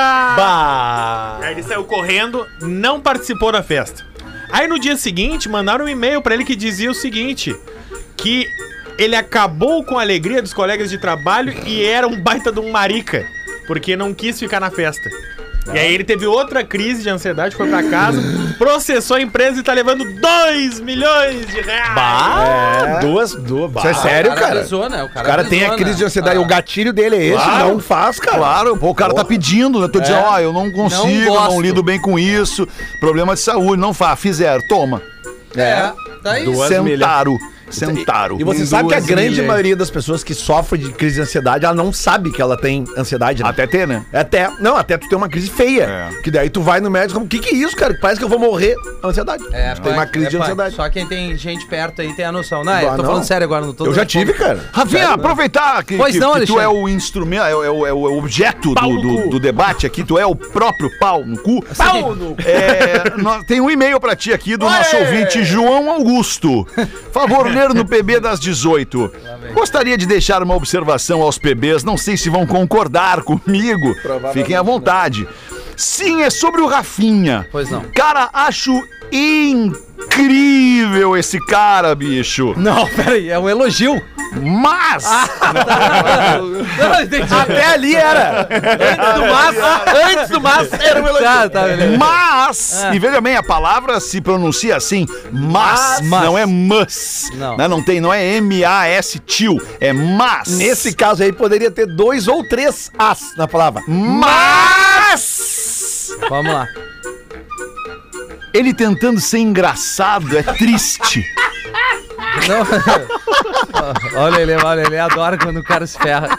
Speaker 5: Aí ele saiu correndo, não participou da festa. Aí no dia seguinte, mandaram um e-mail pra ele que dizia o seguinte, que ele acabou com a alegria dos colegas de trabalho e era um baita de um marica, porque não quis ficar na festa. E aí ele teve outra crise de ansiedade, foi pra casa, processou a empresa e tá levando 2 milhões de reais.
Speaker 4: É, duas, duas. Isso é sério, cara?
Speaker 2: avisou, né? O cara,
Speaker 4: O cara tem a
Speaker 2: avisou,
Speaker 4: crise de
Speaker 2: né?
Speaker 4: ansiedade. O gatilho dele é esse,
Speaker 3: Ah. Claro.
Speaker 4: não faz, cara. É.
Speaker 3: Claro, pô, o cara tá pedindo, né? Tô dizendo, ó, eu não consigo, não,
Speaker 2: gosto.
Speaker 3: lido bem com isso, problema de saúde, não faz, fizeram, toma.
Speaker 2: É, tá aí.
Speaker 3: sentaram, sentaram.
Speaker 4: E você sabe que a
Speaker 6: Duas
Speaker 4: grande
Speaker 3: é.
Speaker 6: milhas.
Speaker 4: maioria das pessoas que sofrem de crise de ansiedade, ela não sabe que ela tem ansiedade, né?
Speaker 3: Até ter, né?
Speaker 4: Até, não, até tu ter uma crise feia.
Speaker 3: É.
Speaker 4: Que daí tu vai no médico e o que que é isso, cara? Parece que eu vou morrer. Ansiedade.
Speaker 2: É,
Speaker 4: tu tem uma
Speaker 2: pai,
Speaker 4: crise
Speaker 2: é,
Speaker 4: de
Speaker 2: pai.
Speaker 4: ansiedade.
Speaker 2: Só quem tem gente perto aí tem a noção. Não, é, eu
Speaker 4: Ah,
Speaker 2: tô
Speaker 4: não.
Speaker 2: falando sério agora, não tô
Speaker 4: Eu já
Speaker 2: dando
Speaker 4: tive,
Speaker 2: ponto.
Speaker 4: cara.
Speaker 3: Rafinha, aproveitar que,
Speaker 2: né? Pois
Speaker 3: que-
Speaker 2: não,
Speaker 3: que tu
Speaker 2: Alexandre.
Speaker 3: é o instrumento, é, o- é o- é o objeto
Speaker 5: Pau
Speaker 3: do,
Speaker 5: no
Speaker 3: do-
Speaker 5: cu.
Speaker 3: do debate aqui, tu é o próprio pau no cu.
Speaker 2: Pau
Speaker 3: no cu! tem um e-mail pra ti aqui do nosso ouvinte João Augusto. Favor ler no PB das 18. Gostaria de deixar uma observação aos PBs, não sei se vão concordar comigo. Fiquem à vontade. Sim, é sobre o Rafinha.
Speaker 2: Pois não.
Speaker 3: Cara, acho incrível esse cara, bicho.
Speaker 2: Não, peraí, é um elogio.
Speaker 3: Mas.
Speaker 2: Não, entendi. Ah, tá. Até ali era. Antes do mas, antes do mas era um elogio. Tá, tá, beleza.
Speaker 3: Mas,
Speaker 2: Ah.
Speaker 3: e veja bem, a palavra se pronuncia assim, mas,
Speaker 2: Mas.
Speaker 3: não é mas.
Speaker 2: Não.
Speaker 3: Né, não tem, não é M-A-S tio, é mas.
Speaker 4: Nesse caso aí, poderia ter dois ou três as na palavra.
Speaker 3: Mas!
Speaker 2: Vamos lá.
Speaker 3: Ele tentando ser engraçado é triste.
Speaker 2: Não. [laughs] olha ele, olha ele, adora quando o cara se ferra.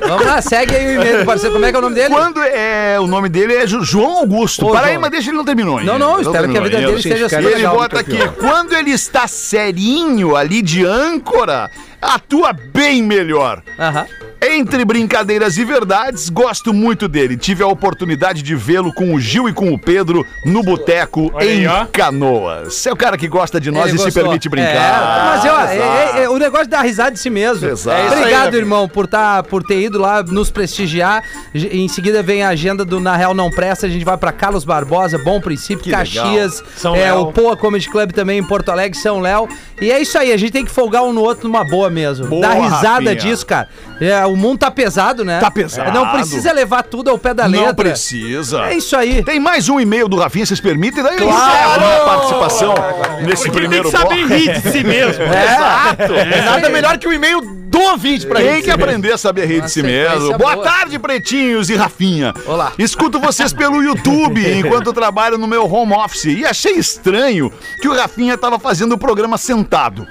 Speaker 2: Vamos lá, segue aí o e-mail do parceiro. Como é que é o nome dele?
Speaker 3: Quando é. O nome dele é Ju- João Augusto.
Speaker 2: Ô,
Speaker 3: Para aí,
Speaker 2: João.
Speaker 3: mas deixa ele não terminou. ainda.
Speaker 2: Não, não,
Speaker 3: Ele
Speaker 2: espero que a
Speaker 3: terminou
Speaker 2: vida
Speaker 3: ainda.
Speaker 2: dele
Speaker 3: Gente,
Speaker 2: seja assim.
Speaker 3: E
Speaker 2: só
Speaker 3: ele
Speaker 2: legal.
Speaker 3: bota aqui, quando ele está serinho ali de âncora, atua bem melhor.
Speaker 2: Aham.
Speaker 3: Entre brincadeiras e verdades, gosto muito dele. Tive a oportunidade de vê-lo com o Gil e com o Pedro no boteco
Speaker 5: Olha aí,
Speaker 3: em
Speaker 5: ó.
Speaker 3: Canoas. É o cara que gosta de nós
Speaker 2: Ele
Speaker 3: e se
Speaker 2: gostou.
Speaker 3: permite
Speaker 2: É,
Speaker 3: brincar.
Speaker 2: mas ó, é- é- é- o negócio da risada de si mesmo.
Speaker 3: Exato.
Speaker 2: É isso aí,
Speaker 5: meu
Speaker 2: Obrigado,
Speaker 5: filho.
Speaker 2: irmão, por, tá, por ter ido lá nos prestigiar. G- Em seguida vem a agenda do Na Real Não Presta. A gente vai pra Carlos Barbosa, Bom Princípio, Caxias,
Speaker 5: São
Speaker 2: é,
Speaker 5: Léo.
Speaker 2: o Poa Comedy Club também em Porto Alegre, São Léo. E é isso aí, a gente tem que folgar um no outro numa boa mesmo.
Speaker 3: Boa,
Speaker 2: Dá risada
Speaker 3: Rafinha.
Speaker 2: disso, cara. É, o mundo tá pesado, né?
Speaker 3: Tá pesado.
Speaker 2: Não precisa levar tudo ao pé da letra.
Speaker 3: Não precisa.
Speaker 2: É isso aí.
Speaker 3: Tem mais um e-mail do Rafinha, vocês permitem? Daí eu
Speaker 2: Claro!
Speaker 3: encerro a minha participação nesse
Speaker 5: Porque ele tem
Speaker 3: primeiro
Speaker 5: que
Speaker 3: bloco.
Speaker 5: saber rir de si mesmo.
Speaker 3: Exato.
Speaker 6: Nada melhor que o e-mail do ouvinte pra
Speaker 3: Tem
Speaker 6: gente.
Speaker 3: que aprender a saber rir
Speaker 2: Uma
Speaker 3: de si
Speaker 2: sequência
Speaker 3: mesmo. é Boa
Speaker 2: é boa.
Speaker 3: tarde, pretinhos e Rafinha.
Speaker 2: Olá.
Speaker 3: Escuto vocês pelo YouTube enquanto trabalho no meu home office e achei estranho que o Rafinha estava fazendo o programa sentado.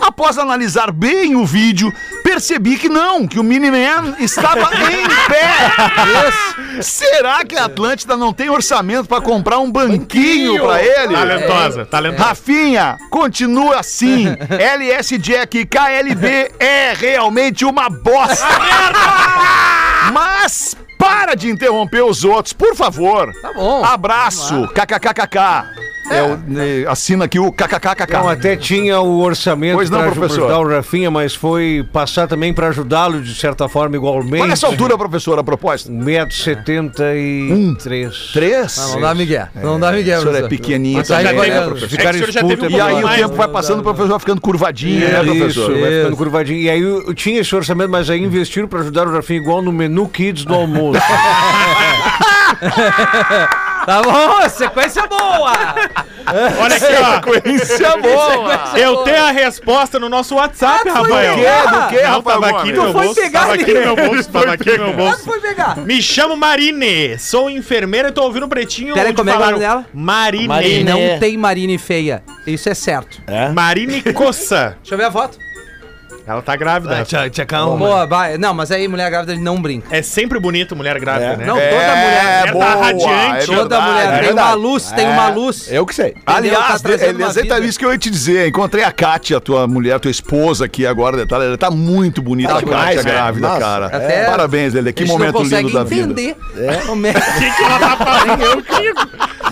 Speaker 3: Após analisar bem o vídeo, percebi que não, que o Miniman estava em pé. Será que a Atlântida não tem orçamento para comprar um banquinho para
Speaker 2: É.
Speaker 5: Ah,
Speaker 3: ele?
Speaker 5: Talentosa, talentosa.
Speaker 3: Rafinha, continua assim. LS Jack KLB é realmente uma bosta. Mas para de interromper os outros, por favor.
Speaker 2: Tá bom.
Speaker 3: Abraço. KKKKK. É. o- eh, assina aqui o KKKKK.
Speaker 7: Não, até tinha o orçamento
Speaker 3: Pois não,
Speaker 7: pra
Speaker 3: professor.
Speaker 7: ajudar o Rafinha, mas foi passar também pra ajudá-lo de certa forma igualmente.
Speaker 3: Qual é essa altura, professor, a proposta?
Speaker 7: 1,73m.
Speaker 3: Três?
Speaker 2: Não dá Miguel. Não dá Miguel,
Speaker 3: O senhor é
Speaker 2: professor.
Speaker 3: pequenininho.
Speaker 2: Mas aí
Speaker 4: né,
Speaker 5: Já
Speaker 2: Vai
Speaker 5: teve-
Speaker 2: goiando.
Speaker 5: é que o senhor já teve um
Speaker 3: E aí
Speaker 5: pouco
Speaker 3: o
Speaker 5: mais.
Speaker 3: tempo vai passando, o professor vai ficando curvadinho, né,
Speaker 7: Isso,
Speaker 3: professor?
Speaker 7: vai
Speaker 2: Isso.
Speaker 7: ficando curvadinho. E aí eu eu tinha esse orçamento, mas aí investiram pra ajudar o Rafinha igual no menu Kids do almoço.
Speaker 2: Tá bom, [laughs] sequência boa.
Speaker 5: Olha aqui,
Speaker 4: Tá
Speaker 3: Sequência boa!
Speaker 5: ó. Eu tenho a resposta no nosso WhatsApp,
Speaker 2: Ah, foi
Speaker 5: Rafael.
Speaker 2: o quê?
Speaker 3: Do que,
Speaker 5: Não,
Speaker 3: Rafael
Speaker 5: tava aqui
Speaker 3: Gomes?
Speaker 5: no meu
Speaker 2: foi
Speaker 5: bolso.
Speaker 2: pegar
Speaker 5: Tava
Speaker 2: ali.
Speaker 5: aqui no meu bolso, tava aqui no meu
Speaker 2: Quando
Speaker 5: bolso.
Speaker 2: foi pegar?
Speaker 5: Me chamo Marine, sou enfermeira e tô ouvindo o Pretinho
Speaker 2: Pera aí, como é o nome dela?
Speaker 5: Marine.
Speaker 2: E
Speaker 5: Marine,
Speaker 2: não tem Marine feia. Isso é certo.
Speaker 5: Coça.
Speaker 2: Deixa eu ver a foto.
Speaker 5: Ela tá grávida.
Speaker 4: é.
Speaker 5: Rafa.
Speaker 6: Te, te acalma.
Speaker 2: Boa, vai. Não, mas aí mulher grávida não brinca.
Speaker 5: É sempre bonito mulher grávida,
Speaker 4: É,
Speaker 5: né?
Speaker 2: É. Não, toda mulher.
Speaker 5: tá
Speaker 3: é
Speaker 5: radiante,
Speaker 2: toda
Speaker 3: verdade,
Speaker 2: mulher.
Speaker 3: é
Speaker 2: tem uma
Speaker 3: verdade.
Speaker 2: luz, tem uma luz.
Speaker 4: Eu É. que sei.
Speaker 2: Entendeu?
Speaker 3: Aliás,
Speaker 2: Tá trazendo
Speaker 3: aliás,
Speaker 2: uma
Speaker 3: então,
Speaker 2: vida.
Speaker 3: isso que eu ia te dizer. Encontrei a Kátia, tua mulher, tua esposa aqui agora, detalhe. Ela tá muito bonita, a Kátia,
Speaker 4: demais, né?
Speaker 3: grávida,
Speaker 4: Nossa,
Speaker 3: cara. É.
Speaker 2: até-
Speaker 3: Parabéns, Lelê.
Speaker 2: A
Speaker 3: Que
Speaker 2: gente
Speaker 3: momento
Speaker 2: não
Speaker 3: lindo
Speaker 2: consegue
Speaker 3: da vida.
Speaker 2: entender [laughs]
Speaker 4: [laughs]
Speaker 2: como é que
Speaker 4: tá
Speaker 2: [laughs]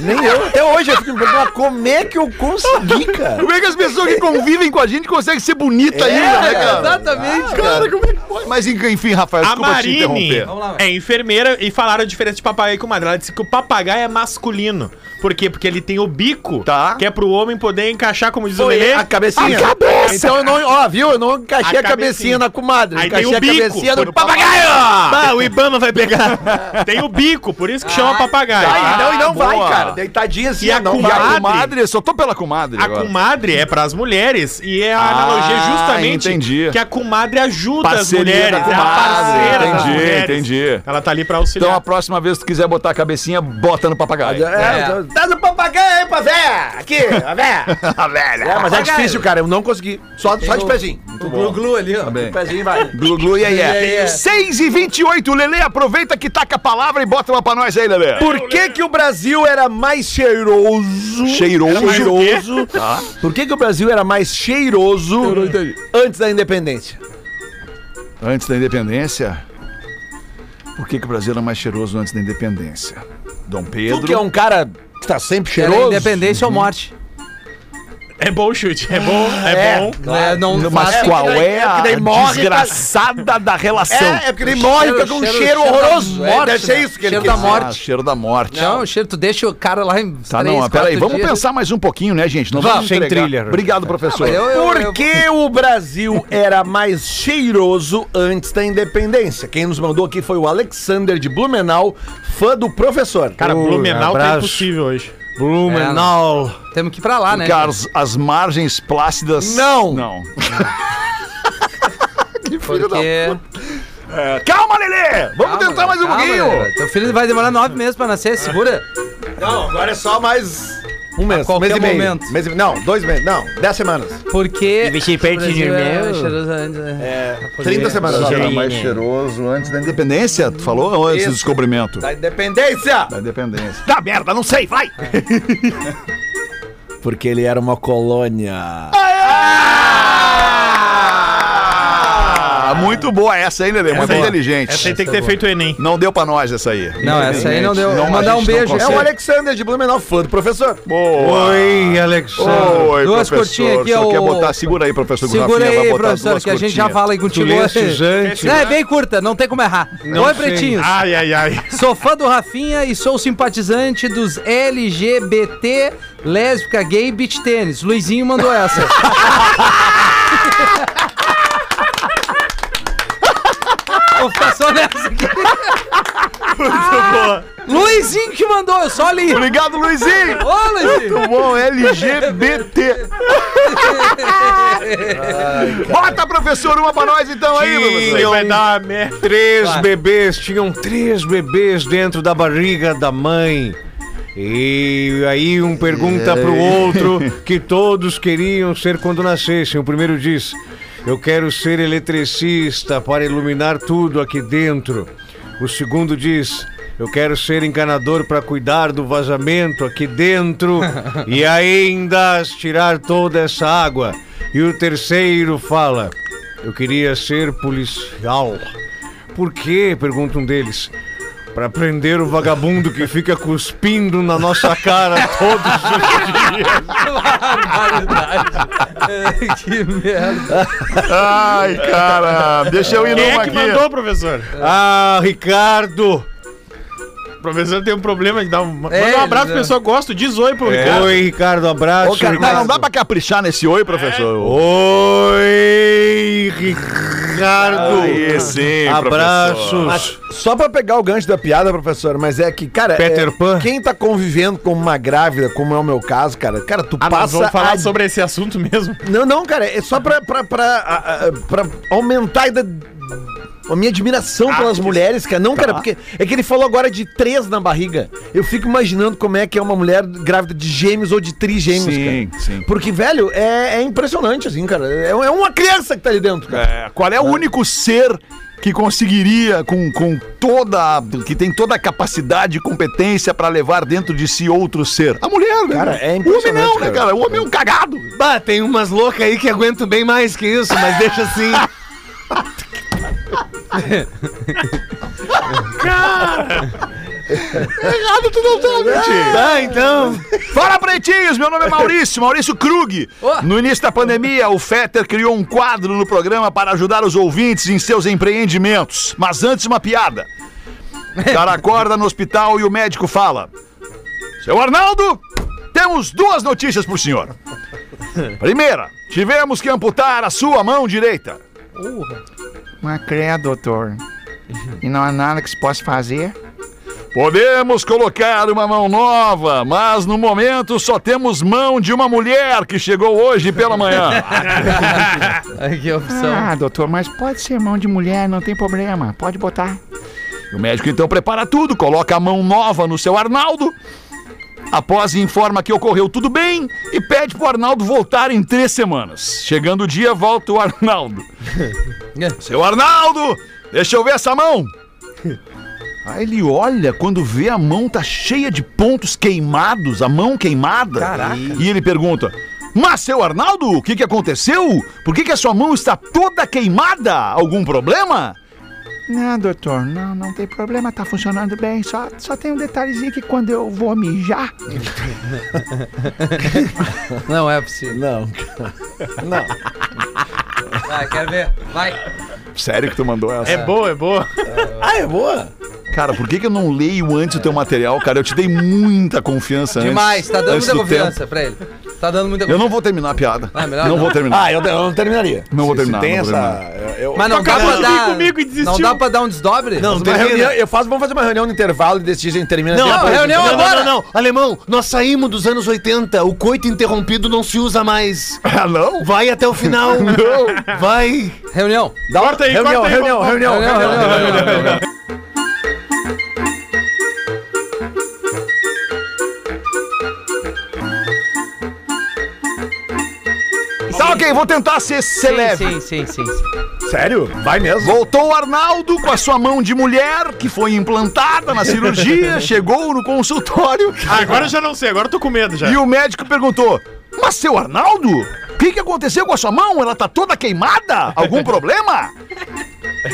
Speaker 4: Nem eu. Até hoje eu fico me perguntando, como é que eu consegui, cara?
Speaker 3: Como é que as pessoas que convivem com a gente conseguem ser bonita
Speaker 4: Tá
Speaker 3: ainda, né, cara?
Speaker 2: Exatamente.
Speaker 3: Cara, como é que pode? Mas enfim, Rafael,
Speaker 5: A
Speaker 3: desculpa te
Speaker 5: Marine
Speaker 3: interromper.
Speaker 2: lá, vai.
Speaker 5: é enfermeira e falaram a diferença de papagaio com madre. Ela disse que o papagaio é masculino. Por quê? Porque ele tem o bico,
Speaker 3: Tá.
Speaker 5: que é pro homem poder encaixar, como diz o
Speaker 4: Foi
Speaker 2: é.
Speaker 5: Lelê.
Speaker 4: é. a cabecinha.
Speaker 5: A
Speaker 4: cabeça! Então eu não, ó, viu? Eu não encaixei
Speaker 5: A
Speaker 4: a, cabecinha
Speaker 5: cabecinha.
Speaker 4: na comadre.
Speaker 5: Aí tem
Speaker 4: encaixei
Speaker 5: o bico.
Speaker 4: a cabecinha
Speaker 5: Foi
Speaker 4: no
Speaker 5: o papagaio!
Speaker 6: Ah, o Ibama vai pegar.
Speaker 5: Tem o bico, por isso que
Speaker 2: Ah,
Speaker 5: chama papagaio. Ah,
Speaker 4: Aí não, e não vai,
Speaker 3: boa.
Speaker 4: cara. Deitadinha assim,
Speaker 5: E a
Speaker 4: não
Speaker 5: com-
Speaker 4: vai.
Speaker 3: A
Speaker 5: Comadre.
Speaker 3: comadre, eu só tô pela comadre
Speaker 5: A
Speaker 3: agora.
Speaker 5: comadre é pras mulheres e é a
Speaker 3: Ah,
Speaker 5: analogia justamente
Speaker 3: entendi.
Speaker 5: que a comadre ajuda
Speaker 3: Parceria da
Speaker 5: as mulheres, é a
Speaker 3: comadre,
Speaker 5: parceira das
Speaker 3: entendi,
Speaker 5: mulheres.
Speaker 3: entendi.
Speaker 5: Ela tá ali pra
Speaker 3: Então
Speaker 5: auxiliar.
Speaker 3: a próxima vez que tu quiser botar a cabecinha, bota no papagaio.
Speaker 4: É, Dá no papagaio aí pra véia! Aqui, a véia!
Speaker 3: A Tá velha.
Speaker 4: É, mas é difícil, cara. Eu não consegui. Só, só de pezinho.
Speaker 2: O glu-glu ali, ó.
Speaker 3: bem.
Speaker 4: Pezinho vai.
Speaker 3: Glu, glu, yeah, yeah.
Speaker 2: Yeah,
Speaker 4: é.
Speaker 2: yeah.
Speaker 3: 6 e 28, Lele, aproveita que taca a palavra e bota uma pra nós aí, Lele.
Speaker 4: Por que, que o Brasil era mais cheiroso?
Speaker 3: Cheiroso.
Speaker 4: Era mais cheiroso. Por que, que o Brasil era mais cheiroso antes da independência?
Speaker 3: Antes da independência? Por que, que o Brasil era mais cheiroso antes da independência? Dom Pedro.
Speaker 4: Tu que é um cara que tá sempre
Speaker 2: Era
Speaker 4: cheiroso.
Speaker 2: independência ou morte.
Speaker 5: É bom o chute, é bom, é, bom.
Speaker 2: É, não
Speaker 3: Mas
Speaker 2: faz-
Speaker 3: qual
Speaker 4: daí-
Speaker 3: é
Speaker 4: é
Speaker 3: a
Speaker 4: porque daí morre,
Speaker 3: desgraçada da relação?
Speaker 4: É, é porque ele morre
Speaker 2: Cheiro-
Speaker 4: fica com um
Speaker 2: cheiro-
Speaker 4: cheiro,
Speaker 2: cheiro da
Speaker 4: horroroso.
Speaker 2: morte,
Speaker 4: Morte, deve ser
Speaker 2: né?
Speaker 4: isso que ele
Speaker 2: Cheiro
Speaker 4: quer
Speaker 2: da
Speaker 4: dizer.
Speaker 2: morte.
Speaker 3: Ah, cheiro da morte.
Speaker 2: Não, cheiro, tu deixa o cara lá em
Speaker 3: Tá, não, peraí, vamos pensar mais um pouquinho, né, gente? Não vamos,
Speaker 7: Vamos, sem
Speaker 3: entregar.
Speaker 7: thriller.
Speaker 3: Obrigado, professor.
Speaker 2: É.
Speaker 4: Por que o Brasil era mais cheiroso antes da independência? Quem nos mandou aqui foi o Alexander de Blumenau, fã do professor.
Speaker 5: Cara,
Speaker 7: Ui,
Speaker 5: Blumenau tá
Speaker 7: abraço.
Speaker 5: impossível hoje.
Speaker 7: Blumenau.
Speaker 2: Temos que ir pra lá, né?
Speaker 3: Carlos, as margens plácidas.
Speaker 4: Não.
Speaker 3: Não.
Speaker 2: Porque...
Speaker 3: Calma, Lelê! Vamos
Speaker 2: Calma,
Speaker 3: tentar mais um
Speaker 2: calma,
Speaker 3: pouquinho!
Speaker 2: galera. Teu filho vai demorar nove meses pra nascer, segura.
Speaker 4: Não, agora é só mais um mês.
Speaker 2: qualquer
Speaker 4: mês e meio.
Speaker 2: momento.
Speaker 4: Mês e- não, dois meses. Não, dez semanas. É,
Speaker 2: Porque.
Speaker 7: Investir perto de
Speaker 2: Brasil é
Speaker 7: meu.
Speaker 2: cheiroso antes, né?
Speaker 4: Trinta semanas.
Speaker 3: É, era mais cheiroso antes da independência, tu falou? Ou antes do descobrimento?
Speaker 4: Da independência!
Speaker 3: Da independência. Da merda, não sei, vai!
Speaker 4: Porque ele era uma colônia.
Speaker 3: Boa! Ah, muito boa essa aí, Lelê. Muito
Speaker 5: aí-
Speaker 3: inteligente.
Speaker 5: Essa aí tem que ter feito o Enem.
Speaker 3: Não deu pra nós essa aí.
Speaker 2: Não, essa aí não deu.
Speaker 3: Infelizmente,
Speaker 2: Mandar
Speaker 3: a
Speaker 2: um
Speaker 3: gente
Speaker 2: beijo.
Speaker 3: consegue.
Speaker 4: É o Alexander de Blumenau, fã do professor.
Speaker 3: Boa.
Speaker 6: Oi, Alex.
Speaker 3: Oi,
Speaker 2: Duas
Speaker 3: professor.
Speaker 2: curtinhas aqui,
Speaker 3: Só
Speaker 2: ó,
Speaker 3: quer
Speaker 2: o-
Speaker 3: botar, segura aí, professor. que o
Speaker 2: Segura
Speaker 3: Rafinha vai
Speaker 2: aí,
Speaker 3: botar
Speaker 2: professor,
Speaker 3: duas
Speaker 2: que a gente já
Speaker 3: curtinhas.
Speaker 2: fala aí contigo.
Speaker 6: Tu leste gente,
Speaker 2: Não, é bem curta, não tem como errar.
Speaker 6: Não
Speaker 2: Oi,
Speaker 6: sei.
Speaker 2: pretinhos.
Speaker 5: Ai, ai, ai.
Speaker 2: Sou fã do Rafinha e sou simpatizante dos LGBT, lésbica, gay, beach tênis. Luizinho mandou
Speaker 3: [laughs]
Speaker 2: essa. Vou ficar só nessa aqui. Luizinho que mandou, eu só li.
Speaker 3: Obrigado, Luizinho.
Speaker 2: Ô, Luizinho.
Speaker 3: Muito bom, LGBT. Bota, professor, uma pra nós então aí,
Speaker 5: Ele
Speaker 3: professor.
Speaker 5: vai dar merda.
Speaker 6: Três
Speaker 2: Vai.
Speaker 6: bebês, tinham três bebês dentro da barriga da mãe. E aí um pergunta pro outro que todos queriam ser quando nascessem. O primeiro diz: Eu quero ser eletricista para iluminar tudo aqui dentro. O segundo diz: Eu quero ser encanador para cuidar do vazamento aqui dentro e ainda tirar toda essa água. E o terceiro fala: Eu queria ser policial. Por quê? Pergunta um deles. Pra prender o vagabundo que fica cuspindo na nossa cara todos
Speaker 2: [laughs]
Speaker 6: os
Speaker 2: que merda.
Speaker 3: Ai, cara. Deixa eu ir
Speaker 5: Quem
Speaker 3: numa
Speaker 5: é que
Speaker 3: aqui.
Speaker 5: mandou, professor?
Speaker 6: Ah, Ricardo!
Speaker 5: O professor tem um problema de dar um. Manda
Speaker 2: É,
Speaker 5: um abraço pro
Speaker 2: ele-
Speaker 5: pessoal, gosto. Diz oi pro Ricardo.
Speaker 6: É. Oi, Ricardo,
Speaker 3: É.
Speaker 6: abraço.
Speaker 3: Ô, cara, não,
Speaker 6: Ricardo.
Speaker 3: não dá pra caprichar nesse oi, professor.
Speaker 6: Oi, Ricardo!
Speaker 3: Aí sim, professor.
Speaker 6: Abraços.
Speaker 4: Só pra pegar o gancho da piada, professor, mas é que, cara,
Speaker 6: Peter
Speaker 4: é-
Speaker 6: Pan.
Speaker 4: quem tá convivendo com uma grávida, como é o meu caso, cara, cara, tu
Speaker 5: Ah, nós
Speaker 4: passa
Speaker 5: vamos falar
Speaker 4: a
Speaker 5: sobre esse assunto mesmo.
Speaker 4: Não, não, cara, é só pra, pra, pra, a- a- pra aumentar ainda a minha admiração pelas mulheres, cara. Não, cara, porque é que ele falou agora de três na barriga. Eu fico imaginando como é que é uma mulher grávida de gêmeos ou de trigêmeos,
Speaker 3: Sim,
Speaker 4: cara.
Speaker 3: sim.
Speaker 4: Porque, velho, é, é impressionante, assim, cara. É, é uma criança que tá ali dentro, cara.
Speaker 3: É, qual é o único ser que conseguiria, com, com toda. a- que tem toda a capacidade e competência pra levar dentro de si outro ser? A mulher, né?
Speaker 4: Cara, é
Speaker 3: O homem
Speaker 4: impressionante,
Speaker 3: não, né,
Speaker 4: cara.
Speaker 3: cara? O homem é um cagado.
Speaker 8: Bah, tem umas loucas aí que aguentam bem mais que isso, mas deixa assim.
Speaker 3: Errado tu não tá, gente.
Speaker 8: Ah, então.
Speaker 3: Fala, pretinhos! Meu nome é Maurício, Maurício Krug. No início da pandemia, o Fetter criou um quadro no programa para ajudar os ouvintes em seus empreendimentos. Mas antes, uma piada. O cara acorda no hospital e o médico fala: Seu Arnaldo, temos duas notícias para o senhor. Primeira, tivemos que amputar a sua mão direita.
Speaker 1: Mas credo, doutor. E não há nada que se possa fazer?
Speaker 3: Podemos colocar uma mão nova, mas no momento só temos mão de uma mulher que chegou hoje pela manhã.
Speaker 2: Ai, que é opção.
Speaker 1: Ah, doutor, mas pode ser mão de mulher, não tem problema. Pode botar.
Speaker 3: O médico então prepara tudo, coloca a mão nova no seu Arnaldo. Após informa que ocorreu tudo bem e pede pro Arnaldo voltar em três semanas. Chegando o dia, volta o Arnaldo. seu Arnaldo, deixa eu ver essa mão. Aí Ah, ele olha, quando vê a mão tá cheia de pontos queimados, a mão queimada. Caraca. E ele pergunta: Mas, seu Arnaldo, o que, que aconteceu? Por que, que a sua mão está toda queimada? Algum problema?
Speaker 1: Não, doutor, não, não tem problema, tá funcionando bem. Só, só tem um detalhezinho que quando eu vou mijar,
Speaker 2: Não é possível.
Speaker 4: Não.
Speaker 2: Vai, quer ver? Vai.
Speaker 3: Sério que tu mandou essa?
Speaker 5: É boa, é boa.
Speaker 4: Ah, é boa?
Speaker 3: Cara, por que, que eu não leio antes o teu material, cara? Eu te dei muita confiança antes.
Speaker 2: Demais, tá dando
Speaker 3: antes
Speaker 2: muita
Speaker 3: do
Speaker 2: confiança pra ele. Tá dando muita
Speaker 3: tempo. Eu
Speaker 2: confiança.
Speaker 3: não vou terminar a piada.
Speaker 2: Ah, melhor
Speaker 3: não
Speaker 2: não.
Speaker 3: vou terminar.
Speaker 4: Ah, eu, eu não terminaria.
Speaker 3: Não vou
Speaker 4: Se- se
Speaker 3: terminar,
Speaker 4: tem
Speaker 3: não vou
Speaker 4: essa. eu- eu-
Speaker 2: Mas não dá
Speaker 5: Então acabou
Speaker 2: pra
Speaker 5: de
Speaker 2: dar.
Speaker 5: vir comigo e desistiu.
Speaker 2: Não dá pra dar um desdobre?
Speaker 8: Não,
Speaker 4: Uma
Speaker 8: termina.
Speaker 4: reunião, eu faço, vamos fazer uma reunião no intervalo e decidir se a gente termina.
Speaker 8: Não,
Speaker 4: depois.
Speaker 2: reunião
Speaker 8: não, Não,
Speaker 2: agora.
Speaker 8: não, não. Alemão, nós saímos dos anos 80. O coito interrompido não se usa mais.
Speaker 3: Ah, não?
Speaker 8: Vai até o
Speaker 6: [laughs]
Speaker 8: final. Vai.
Speaker 2: Reunião.
Speaker 4: Dá uma-
Speaker 5: Corta aí,
Speaker 4: reunião,
Speaker 5: corta aí,
Speaker 4: reunião,
Speaker 5: vamos-
Speaker 2: Reunião,
Speaker 4: reunião, reunião,
Speaker 2: reunião,
Speaker 4: reunião,
Speaker 2: reunião,
Speaker 4: reunião.
Speaker 3: Tá ok, vou tentar ser celeb.
Speaker 2: Sim, sim, sim, sim.
Speaker 4: Sério? Vai mesmo?
Speaker 3: Voltou o Arnaldo com a sua mão de mulher, que foi implantada
Speaker 2: [laughs]
Speaker 3: na cirurgia, chegou no consultório
Speaker 5: Ah, Agora eu já não sei, agora eu tô com medo já.
Speaker 3: e o médico perguntou: Mas seu Arnaldo, o que, que aconteceu com a sua mão? Ela tá toda queimada? Algum problema?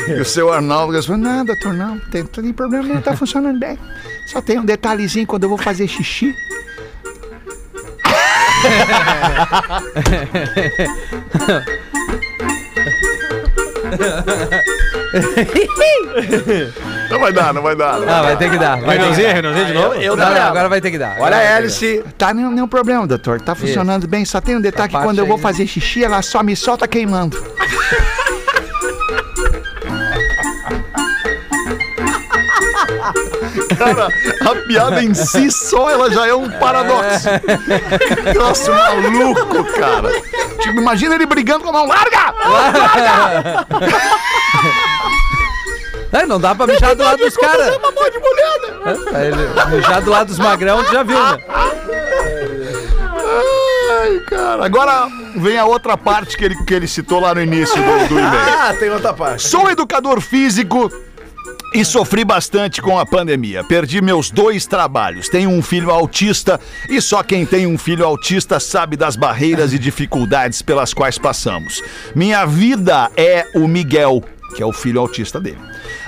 Speaker 3: E o seu Arnaldo responde:
Speaker 9: Não, doutor, não. Tem, não tem problema nenhum, tá funcionando bem. Só tem um detalhezinho quando eu vou fazer xixi.
Speaker 3: Não vai dar, não vai dar. não vai
Speaker 2: Ah, vai ter que dar. Vai ter que dar.
Speaker 5: Renanzinho de novo?
Speaker 2: Não, não, agora vai ter que dar.
Speaker 3: Olha
Speaker 2: Agora
Speaker 3: a
Speaker 2: vai ter que
Speaker 3: hélice.
Speaker 9: Tá, nenhum, nenhum problema, doutor. Tá funcionando bem. Só tem um detalhe que
Speaker 2: parte
Speaker 9: quando eu vou
Speaker 2: aí-
Speaker 9: fazer xixi, ela só me solta queimando.
Speaker 3: Cara, a piada em si só ela já é um paradoxo.
Speaker 2: [laughs]
Speaker 3: Que Troço maluco, cara. Tipo, imagina ele brigando com a mão larga!
Speaker 2: dar. Ah, não dá pra mijar do lado dos caras.
Speaker 5: né?
Speaker 2: Ah, ele- Mijar do lado dos magrão, tu já viu,
Speaker 5: Ah,
Speaker 2: né?
Speaker 3: Ai, cara. Agora vem a outra parte que ele, que ele citou lá no início do, do e-mail.
Speaker 4: Ah, tem outra parte.
Speaker 3: Sou educador físico e sofri bastante com a pandemia. Perdi meus dois trabalhos. Tenho um filho autista e só quem tem um filho autista sabe das barreiras e dificuldades pelas quais passamos. Minha vida é o Miguel, que é o filho autista dele.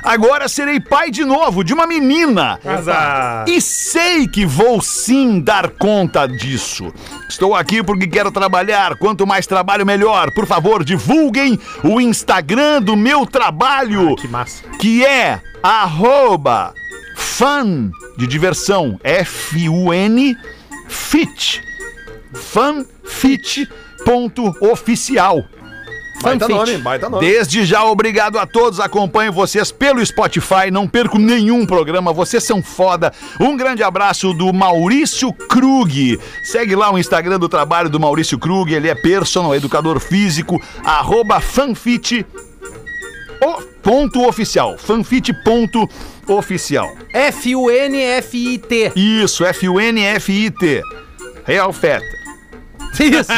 Speaker 3: Agora serei pai de novo de uma menina.
Speaker 4: Ah.
Speaker 3: E sei que vou sim dar conta disso. Estou aqui porque quero trabalhar. Quanto mais trabalho, melhor. Por favor, divulguem o Instagram do meu trabalho,
Speaker 5: Que massa.
Speaker 3: que é arroba fan de diversão. F-U-N fit. Fanfit.oficial.
Speaker 2: Tá
Speaker 4: Baita nome, baita nome.
Speaker 3: Desde já, obrigado a todos. Acompanho vocês pelo Spotify. Não perco nenhum programa. Vocês são foda. Um grande abraço do Maurício Krug. Segue lá o Instagram do trabalho do Maurício Krug. Ele é personal, educador físico, arroba fanfit. o- ponto oficial. Fanfit ponto oficial.
Speaker 2: F-U-N-F-I-T.
Speaker 3: Isso, F-U-N-F-I-T. Real Feta. [laughs]
Speaker 2: Isso.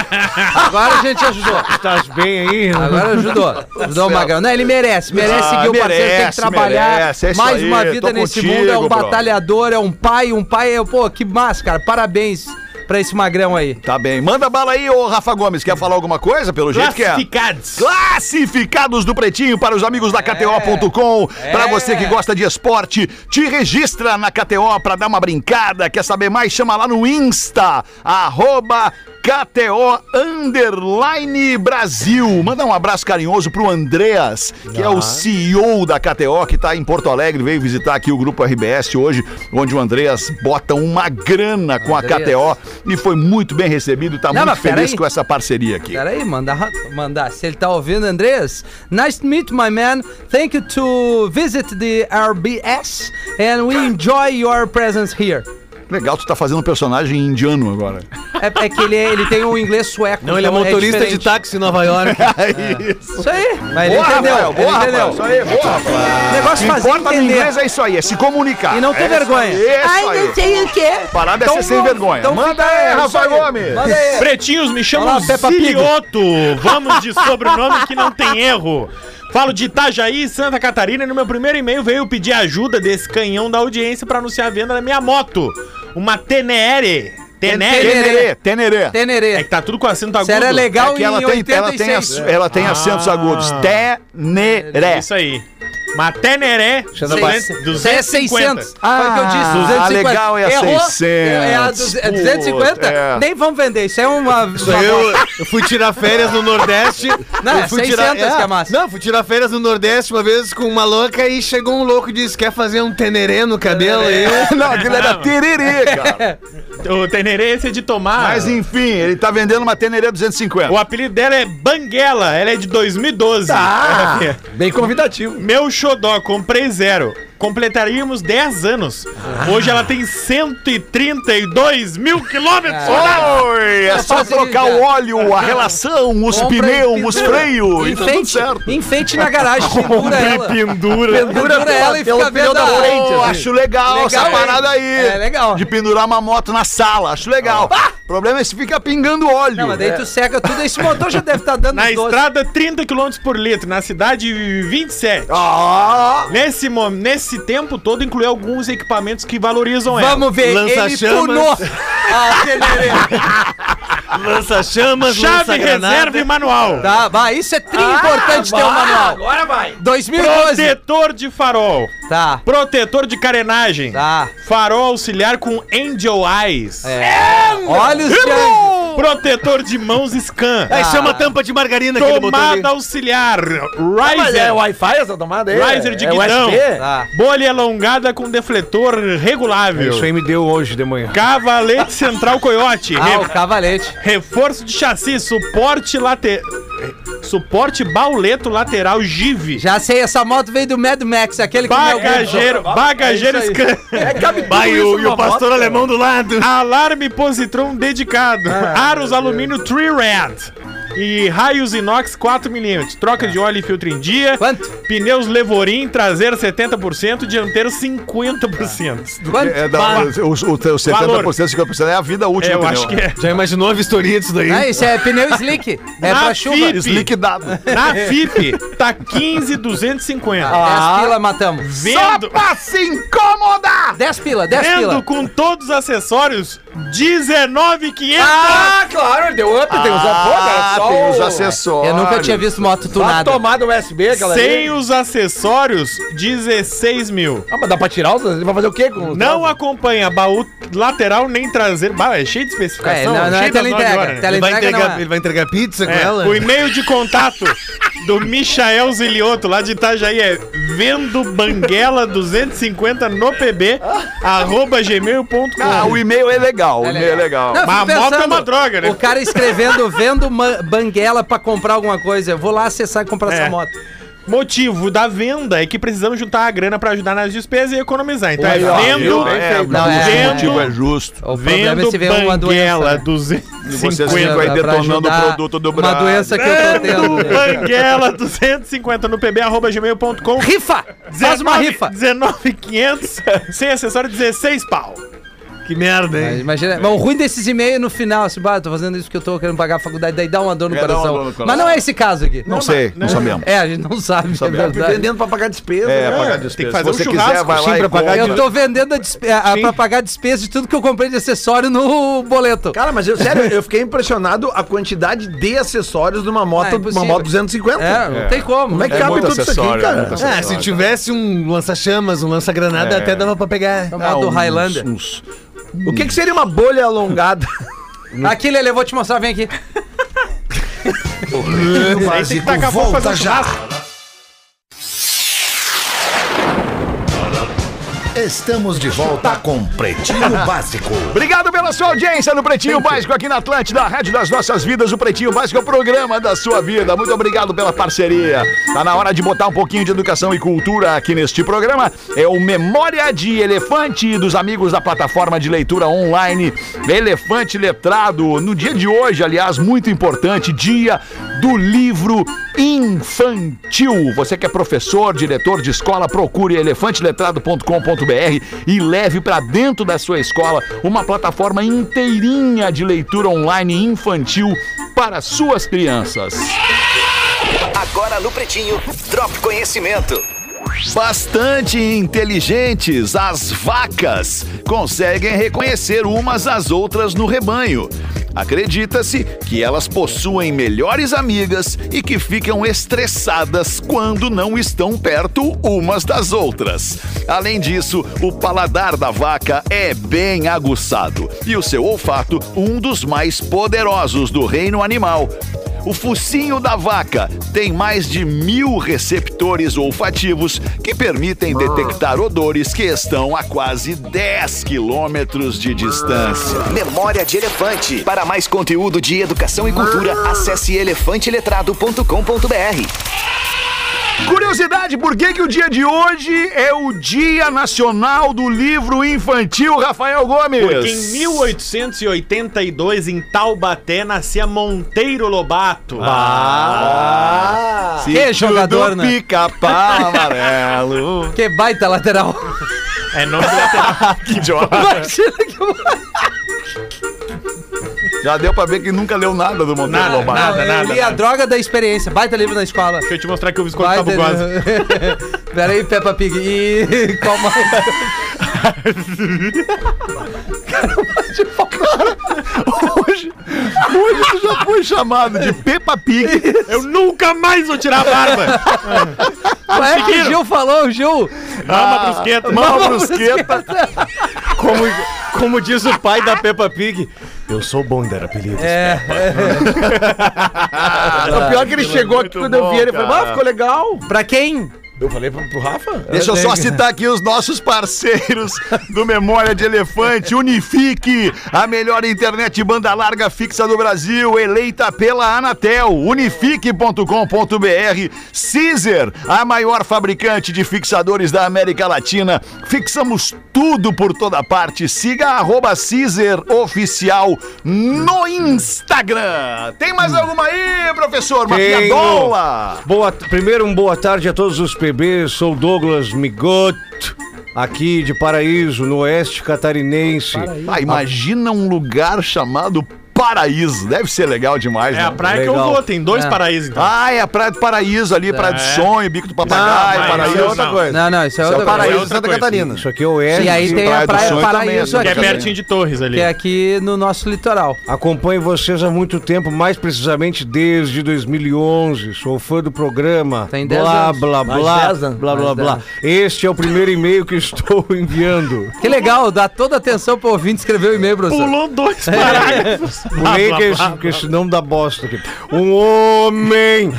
Speaker 2: Agora a gente ajudou.
Speaker 5: Tá
Speaker 7: Estás bem aí?
Speaker 5: né?
Speaker 2: Agora ajudou. Ajudou o Magrão. Não, ele merece. Merece
Speaker 3: Ah,
Speaker 2: seguir o parceiro, tem que
Speaker 3: merece,
Speaker 2: trabalhar.
Speaker 3: merece, é isso
Speaker 2: mais
Speaker 3: aí,
Speaker 2: uma
Speaker 3: tô
Speaker 2: vida nesse
Speaker 3: contigo,
Speaker 2: mundo. É um
Speaker 3: bro.
Speaker 2: batalhador, é um pai. Um pai é. Pô, que massa, cara. Parabéns pra esse Magrão aí.
Speaker 3: Tá bem. Manda bala aí, ô Rafa Gomes. Quer falar alguma coisa? Pelo jeito que é.
Speaker 5: Classificados.
Speaker 3: Classificados do Pretinho para os amigos da KTO.com. Para você que gosta de esporte, te registra na KTO para dar uma brincada. Quer saber mais? Chama lá no Insta, arroba KTO Underline Brasil. Manda um abraço carinhoso pro Andreas, que
Speaker 2: Ah.
Speaker 3: é o CEO da KTO, que tá em Porto Alegre, veio visitar aqui o grupo RBS hoje, onde o Andreas bota uma grana com a
Speaker 2: Andreas.
Speaker 3: KTO e foi muito bem recebido, tá
Speaker 2: Não,
Speaker 3: muito
Speaker 2: mas pera
Speaker 3: feliz
Speaker 2: aí.
Speaker 3: com essa parceria aqui.
Speaker 2: Peraí, mandar, mandar. Se ele tá ouvindo, Andreas. Nice to meet you, my man. Thank you to visit the RBS and we enjoy your presence here.
Speaker 3: Legal, tu tá fazendo um personagem indiano agora.
Speaker 2: É, é que ele, é- ele tem um inglês sueco.
Speaker 6: Não, ele é
Speaker 2: então
Speaker 6: motorista de
Speaker 2: diferente.
Speaker 6: táxi em Nova
Speaker 8: [laughs]
Speaker 6: York.
Speaker 8: É,
Speaker 3: Isso.
Speaker 2: Isso aí. Mas ele entendeu.
Speaker 3: Rafael,
Speaker 2: ele
Speaker 3: boa, Rafael.
Speaker 2: entendeu.
Speaker 3: Isso aí, boa, Rafael.
Speaker 2: O negócio é fazer
Speaker 3: Importa no
Speaker 2: entender.
Speaker 3: inglês é isso aí, é se comunicar.
Speaker 2: E não ter
Speaker 3: É isso
Speaker 2: vergonha. Então
Speaker 3: aí, é Isso aí.
Speaker 2: sei o que.
Speaker 3: Parada é ser sem vergonha. Manda aí, Rafael Gomes.
Speaker 2: Manda aí.
Speaker 5: Pretinhos, me chamam
Speaker 2: Olá, Peppa Pig.
Speaker 5: Zilioto. Vamos de sobrenome que não tem erro. Falo de Itajaí, Santa Catarina. e No meu primeiro e-mail veio pedir ajuda desse canhão da audiência para anunciar a venda da minha moto. Uma Tenere. Tenere.
Speaker 3: Tenerê, tenerê.
Speaker 5: É que
Speaker 2: Tenerê.
Speaker 5: tá tudo com acento agudo.
Speaker 2: Se era legal
Speaker 3: É que ela
Speaker 2: Tá em 86.
Speaker 3: tem, ela tem, é. ac- ela tem acentos agudos. né, Teneré.
Speaker 5: É Isso aí. Uma Teneré.
Speaker 2: Seis- Isso aí é 600. Foi o que eu disse,
Speaker 3: Ah,
Speaker 2: 250.
Speaker 3: legal, é a
Speaker 2: Errou,
Speaker 3: 600.
Speaker 2: É a du- é 250?
Speaker 3: Puta, é. então
Speaker 2: Nem vamos vender. Isso é uma.
Speaker 6: Isso aí Eu, eu fui tirar férias no Nordeste.
Speaker 2: Não,
Speaker 6: eu fui
Speaker 2: 600 que é massa.
Speaker 6: Não, fui tirar férias no Nordeste uma vez com uma louca e chegou um louco e disse: quer fazer um tenerê no cabelo? E
Speaker 8: [laughs]
Speaker 6: eu,
Speaker 3: Não, aquilo era tererê, cara.
Speaker 5: O Tenerê esse é de tomar.
Speaker 3: Mas enfim, ele tá vendendo uma tenerê 250.
Speaker 5: O apelido dela é Banguela, ela é de 2012.
Speaker 4: Tá. Bem convidativo.
Speaker 5: é Meu xodó, comprei zero. Completaríamos 10 anos. Hoje ela tem 132 mil quilômetros rodados.
Speaker 3: Oi, é só
Speaker 2: Facilita.
Speaker 3: trocar o óleo, a relação, os
Speaker 2: Compra e
Speaker 3: pneus, os
Speaker 2: pendura.
Speaker 3: freios e tá tudo
Speaker 2: Enfeite-
Speaker 3: certo.
Speaker 2: Enfeite na
Speaker 3: [laughs]
Speaker 2: garagem, segura ela.
Speaker 3: pendura.
Speaker 2: Pendura ela e fica vendo a
Speaker 3: Pô, acho legal,
Speaker 2: Legal,
Speaker 3: essa
Speaker 2: hein?
Speaker 3: parada aí.
Speaker 2: É, legal.
Speaker 3: De pendurar uma moto na sala, acho legal. O problema é se fica pingando óleo.
Speaker 2: Não, mas daí tu seca tudo. Esse motor já deve estar dando
Speaker 5: Na
Speaker 2: uns 12.
Speaker 5: estrada, 30 quilômetros por litro. Na cidade, 27.
Speaker 3: Ah,
Speaker 5: Nesse, mo- nesse tempo todo, inclui alguns equipamentos que valorizam
Speaker 2: [laughs]
Speaker 5: ela.
Speaker 2: Vamos ver,
Speaker 6: Lança
Speaker 2: ele
Speaker 6: chamas.
Speaker 2: tunou a Tenerê.
Speaker 6: "Ah, Lança chamas,
Speaker 5: Chave, reserva e manual.
Speaker 2: Tá, vai. Isso é tri importante ter um manual.
Speaker 5: Agora vai.
Speaker 2: 2012.
Speaker 5: Protetor de farol.
Speaker 2: Tá,
Speaker 5: Protetor de carenagem.
Speaker 2: tá.
Speaker 5: Farol auxiliar com angel eyes.
Speaker 2: Olha os Django.
Speaker 5: Protetor de mãos scan.
Speaker 8: Ah.
Speaker 6: Aí É, chama a tampa de margarina que ele botou ali.
Speaker 5: Tomada auxiliar.
Speaker 4: Mas é
Speaker 5: Riser.
Speaker 4: Wi-Fi essa tomada aí?
Speaker 5: Riser de
Speaker 4: é
Speaker 5: guidão.
Speaker 4: USB?
Speaker 2: Tá.
Speaker 5: Bolha alongada com defletor regulável.
Speaker 7: Isso aí me deu hoje de manhã.
Speaker 5: Cavalete central coiote.
Speaker 2: Ah,
Speaker 5: Re-
Speaker 2: o cavalete.
Speaker 5: reforço de chassi, suporte late... Suporte bauleto lateral give.
Speaker 2: Já sei, essa moto veio do Mad Max, aquele que meu grito.
Speaker 5: Bagageiro, bagageiro
Speaker 2: É isso
Speaker 5: scan.
Speaker 4: É, cabe tudo
Speaker 6: Vai,
Speaker 4: isso
Speaker 6: o- e
Speaker 4: numa
Speaker 6: o pastor
Speaker 4: moto,
Speaker 6: alemão do lado.
Speaker 5: Alarme positron dedicado. Aros alumínio Tree Red. E raios inox 4mm. Troca de óleo e filtro em dia.
Speaker 2: Quanto?
Speaker 5: Pneus Levorim, traseiro 70%, dianteiro 50%.
Speaker 2: Quanto?
Speaker 3: É, da, o, o, o teu 70%, 50% é a vida útil
Speaker 5: É, eu
Speaker 3: do
Speaker 5: acho que
Speaker 3: pneu.
Speaker 5: é.
Speaker 6: Já imaginou a vistoria disso daí?
Speaker 2: Ah, isso é pneu slick. É
Speaker 5: Na
Speaker 2: pra chuva.
Speaker 5: fita.
Speaker 3: Liquidado.
Speaker 5: Na FIP tá 15,250.
Speaker 2: Ah, 10 pila matamos.
Speaker 5: Vendo,
Speaker 3: pra se incomodar!
Speaker 2: 10 pila, 10
Speaker 5: vendo
Speaker 2: pila.
Speaker 5: com todos os acessórios, 19,500.
Speaker 4: Ah, claro, ele deu up, tem os
Speaker 3: Ah,
Speaker 4: apoios,
Speaker 3: tem os
Speaker 4: só o-
Speaker 3: acessórios.
Speaker 2: Eu nunca tinha visto moto
Speaker 4: só a
Speaker 2: tunada.
Speaker 4: tomada USB, aquela
Speaker 5: Sem
Speaker 4: ali.
Speaker 5: os acessórios, 16 mil.
Speaker 4: Ah, mas dá pra tirar os... Vai fazer o quê com os...
Speaker 5: Não acompanha baú lateral nem traseiro. Bah, é cheio de
Speaker 2: É, não,
Speaker 5: especificação.
Speaker 2: não é
Speaker 5: cheio das
Speaker 2: tela
Speaker 5: nove
Speaker 2: entrega.
Speaker 5: horas, né?
Speaker 2: Tela
Speaker 6: Ele vai,
Speaker 2: entrega não
Speaker 6: entregar,
Speaker 2: é.
Speaker 6: ele vai entregar pizza com
Speaker 5: É,
Speaker 6: ela?
Speaker 5: o e-mail de contato do Michael Zilioto, lá de Itajaí, é vendo banguela 250 no pb, arroba gmail.com.
Speaker 3: Ah, o e-mail é legal, o e-mail é legal.
Speaker 2: Não, eu
Speaker 5: Mas
Speaker 2: fico
Speaker 5: a moto
Speaker 2: pensando,
Speaker 5: é uma droga, né?
Speaker 2: O cara escrevendo, vendo ma- banguela pra comprar alguma coisa. Eu vou lá acessar e comprar
Speaker 5: É.
Speaker 2: essa moto.
Speaker 5: Motivo da venda é que precisamos juntar a grana pra ajudar nas despesas e economizar. Então
Speaker 4: Aí, ó,
Speaker 5: é vendo,
Speaker 4: viu? Bem
Speaker 3: é,
Speaker 4: feito.
Speaker 2: Não, é-
Speaker 3: o motivo é justo.
Speaker 2: O problema é
Speaker 5: vendo
Speaker 2: se vem uma
Speaker 5: banguela
Speaker 2: doença. né?
Speaker 3: E você
Speaker 5: 250.
Speaker 3: sempre
Speaker 2: Pra-
Speaker 3: vai
Speaker 2: pra
Speaker 3: detonando o
Speaker 2: ajudar
Speaker 3: produto do
Speaker 2: Uma
Speaker 3: Brasil.
Speaker 2: doença que eu tô
Speaker 5: Vendo
Speaker 2: tendo. né?
Speaker 5: banguela 250 no pb, arroba gmail.com.
Speaker 2: Rifa! Faz uma rifa!
Speaker 5: 19,500, sem acessório, 16 pau.
Speaker 6: Que merda, hein?
Speaker 2: Mas Imagina, mas o ruim desses e-mails é no final, assim, bah, tô fazendo isso que eu tô querendo pagar a faculdade, daí dá uma dor no,
Speaker 3: É, dá uma
Speaker 2: coração.
Speaker 3: dor no coração.
Speaker 2: Mas não é esse caso aqui.
Speaker 3: Não sei, não sabemos.
Speaker 2: É, a gente não sabe, é
Speaker 3: sabemos.
Speaker 2: verdade.
Speaker 4: Vendendo Tá pra pagar despesa.
Speaker 3: É,
Speaker 4: né?
Speaker 3: pagar
Speaker 5: tem que
Speaker 3: despesa. Se
Speaker 5: fazer um
Speaker 3: você quiser,
Speaker 5: churrasco,
Speaker 3: vai lá
Speaker 7: sim,
Speaker 3: e
Speaker 7: pra pagar
Speaker 3: compra.
Speaker 2: Eu tô vendendo a despe- a- a- pra pagar a despesa de tudo que eu comprei de acessório no boleto.
Speaker 4: Cara, mas eu, sério, eu fiquei impressionado a quantidade de acessórios de uma
Speaker 5: é
Speaker 2: Ah,
Speaker 4: moto, uma
Speaker 2: impossível.
Speaker 4: moto 250.
Speaker 2: É, não tem como.
Speaker 4: Como é que
Speaker 3: É
Speaker 4: cabe
Speaker 3: muito
Speaker 4: tudo isso aqui,
Speaker 3: acessório, é
Speaker 4: cara?
Speaker 3: muito
Speaker 6: Ah, se tivesse um lança-chamas, um lança-granada,
Speaker 3: É.
Speaker 6: até dava pra pegar.
Speaker 2: A moto do Highlander.
Speaker 3: Uns, uns-
Speaker 4: O que, que seria uma bolha alongada?
Speaker 2: Aqui, Lele, eu vou te mostrar, vem aqui.
Speaker 1: Pretinho
Speaker 5: [laughs] Tem que
Speaker 1: básico
Speaker 5: tacar fogo fazer um
Speaker 1: volta já.
Speaker 5: churrasco.
Speaker 1: Estamos de volta com Pretinho [laughs] Básico.
Speaker 3: Obrigado pela sua audiência no Pretinho Básico aqui na Atlântida, a Rádio das Nossas Vidas. O Pretinho Básico é o programa da sua vida. Muito obrigado pela parceria. Tá na hora de botar um pouquinho de educação e cultura aqui neste programa. É o Memória de Elefante dos amigos da plataforma de leitura online Elefante Letrado. No dia de hoje, aliás, muito importante, dia do livro infantil. Você que é professor, diretor de escola, procure elefanteletrado.com.br e leve para dentro da sua escola uma plataforma inteirinha de leitura online infantil para suas crianças.
Speaker 10: Agora no Pretinho, Drop Conhecimento.
Speaker 1: Bastante inteligentes, as vacas conseguem reconhecer umas às outras no rebanho. Acredita-se que elas possuem melhores amigas e que ficam estressadas quando não estão perto umas das outras. Além disso, o paladar da vaca é bem aguçado e o seu olfato um dos mais poderosos do reino animal. O focinho da vaca tem mais de mil receptores olfativos que permitem detectar odores que estão a quase 10 quilômetros de distância.
Speaker 10: Memória de Elefante. Para mais conteúdo de educação e cultura, acesse elefanteletrado.com.br.
Speaker 3: Curiosidade, por que, que o dia de hoje é o Dia Nacional do Livro Infantil, Rafael Gomes?
Speaker 5: Porque em 1882, em Taubaté, nascia Monteiro Lobato.
Speaker 2: Ah.
Speaker 5: Ah,
Speaker 3: Se
Speaker 2: Que jogador,
Speaker 3: tudo
Speaker 2: né?
Speaker 3: Pica-pau amarelo.
Speaker 2: Que baita lateral. [laughs]
Speaker 5: É nome de lateral.
Speaker 3: que idiota.
Speaker 2: Imagina que eu...
Speaker 3: Já deu pra ver que nunca leu nada do Monteiro
Speaker 5: Nada,
Speaker 3: Lobato.
Speaker 5: nada,
Speaker 2: eu
Speaker 5: nada,
Speaker 2: li é a
Speaker 5: nada.
Speaker 2: droga da experiência. Baita livro na escola.
Speaker 5: Deixa eu te mostrar que o biscoito tá bugosa.
Speaker 2: [laughs] Pera aí, Peppa Pig. E qual mais?
Speaker 3: Hoje, fui, tu já foi chamado de Peppa Pig.
Speaker 5: Eu nunca mais vou tirar a barba.
Speaker 2: Qual é que o Gil falou, o Gil?
Speaker 5: Mama brusqueta.
Speaker 3: Mama Tá brusqueta.
Speaker 6: Como, como diz o pai da Peppa Pig, eu sou bom em dar apelidos.
Speaker 2: É,
Speaker 4: o pior é que ele chegou aqui quando eu vi ele, falou, ah, ficou legal.
Speaker 2: pra quem?
Speaker 4: Eu falei pro, pro Rafa?
Speaker 3: Deixa eu só citar aqui os nossos parceiros do Memória de Elefante, Unifique, a melhor internet banda larga fixa do Brasil, eleita pela Anatel, unifique.com.br, Caesar, a maior fabricante de fixadores da América Latina. Fixamos tudo por toda parte. Siga arroba Caesar Oficial no Instagram. Tem mais alguma aí, professor? Uma
Speaker 6: Tenho.
Speaker 3: piadola.
Speaker 6: Boa, primeiro, um boa tarde a todos os PBs. Sou Douglas Migot, aqui de Paraíso, no oeste catarinense.
Speaker 3: Ah, imagina um lugar chamado Paraíso. Deve ser legal demais,
Speaker 5: É
Speaker 3: né?
Speaker 5: a praia que eu
Speaker 6: Legal.
Speaker 5: vou, tem dois
Speaker 2: É.
Speaker 5: paraísos então.
Speaker 3: Ah, é a Praia do Paraíso ali, Praia do
Speaker 5: É.
Speaker 3: Sonho, Bico do Papagaio,
Speaker 5: Não, mas
Speaker 3: Paraíso.
Speaker 5: isso é outra coisa.
Speaker 2: Não, não, isso é
Speaker 3: Isso é
Speaker 2: outra
Speaker 3: o Paraíso
Speaker 5: outra
Speaker 3: Santa
Speaker 5: coisa.
Speaker 3: Catarina.
Speaker 6: Isso aqui é oeste.
Speaker 2: E aí tem
Speaker 3: Praia
Speaker 2: a
Speaker 3: do
Speaker 2: Praia
Speaker 3: Sonho
Speaker 2: Paraíso
Speaker 3: também,
Speaker 5: Que
Speaker 2: aqui, né?
Speaker 5: é pertinho de Torres ali.
Speaker 2: Ah, que é aqui no nosso litoral.
Speaker 6: Acompanho vocês há muito tempo, mais precisamente desde 2011. Sou fã do programa.
Speaker 2: Tem 10
Speaker 6: blá,
Speaker 2: anos.
Speaker 6: blá,
Speaker 4: Mais
Speaker 6: blá,
Speaker 4: 10 anos.
Speaker 6: blá, blá,
Speaker 2: Mais
Speaker 6: blá.
Speaker 2: 10.
Speaker 6: Este é o primeiro e-mail que estou [laughs] enviando.
Speaker 2: Que legal, dá toda atenção pro ouvinte escrever o e-mail, professor.
Speaker 5: Pulou
Speaker 2: É.
Speaker 5: dois parágrafos.
Speaker 6: Pulei que esse, que esse nome da bosta aqui. Um homem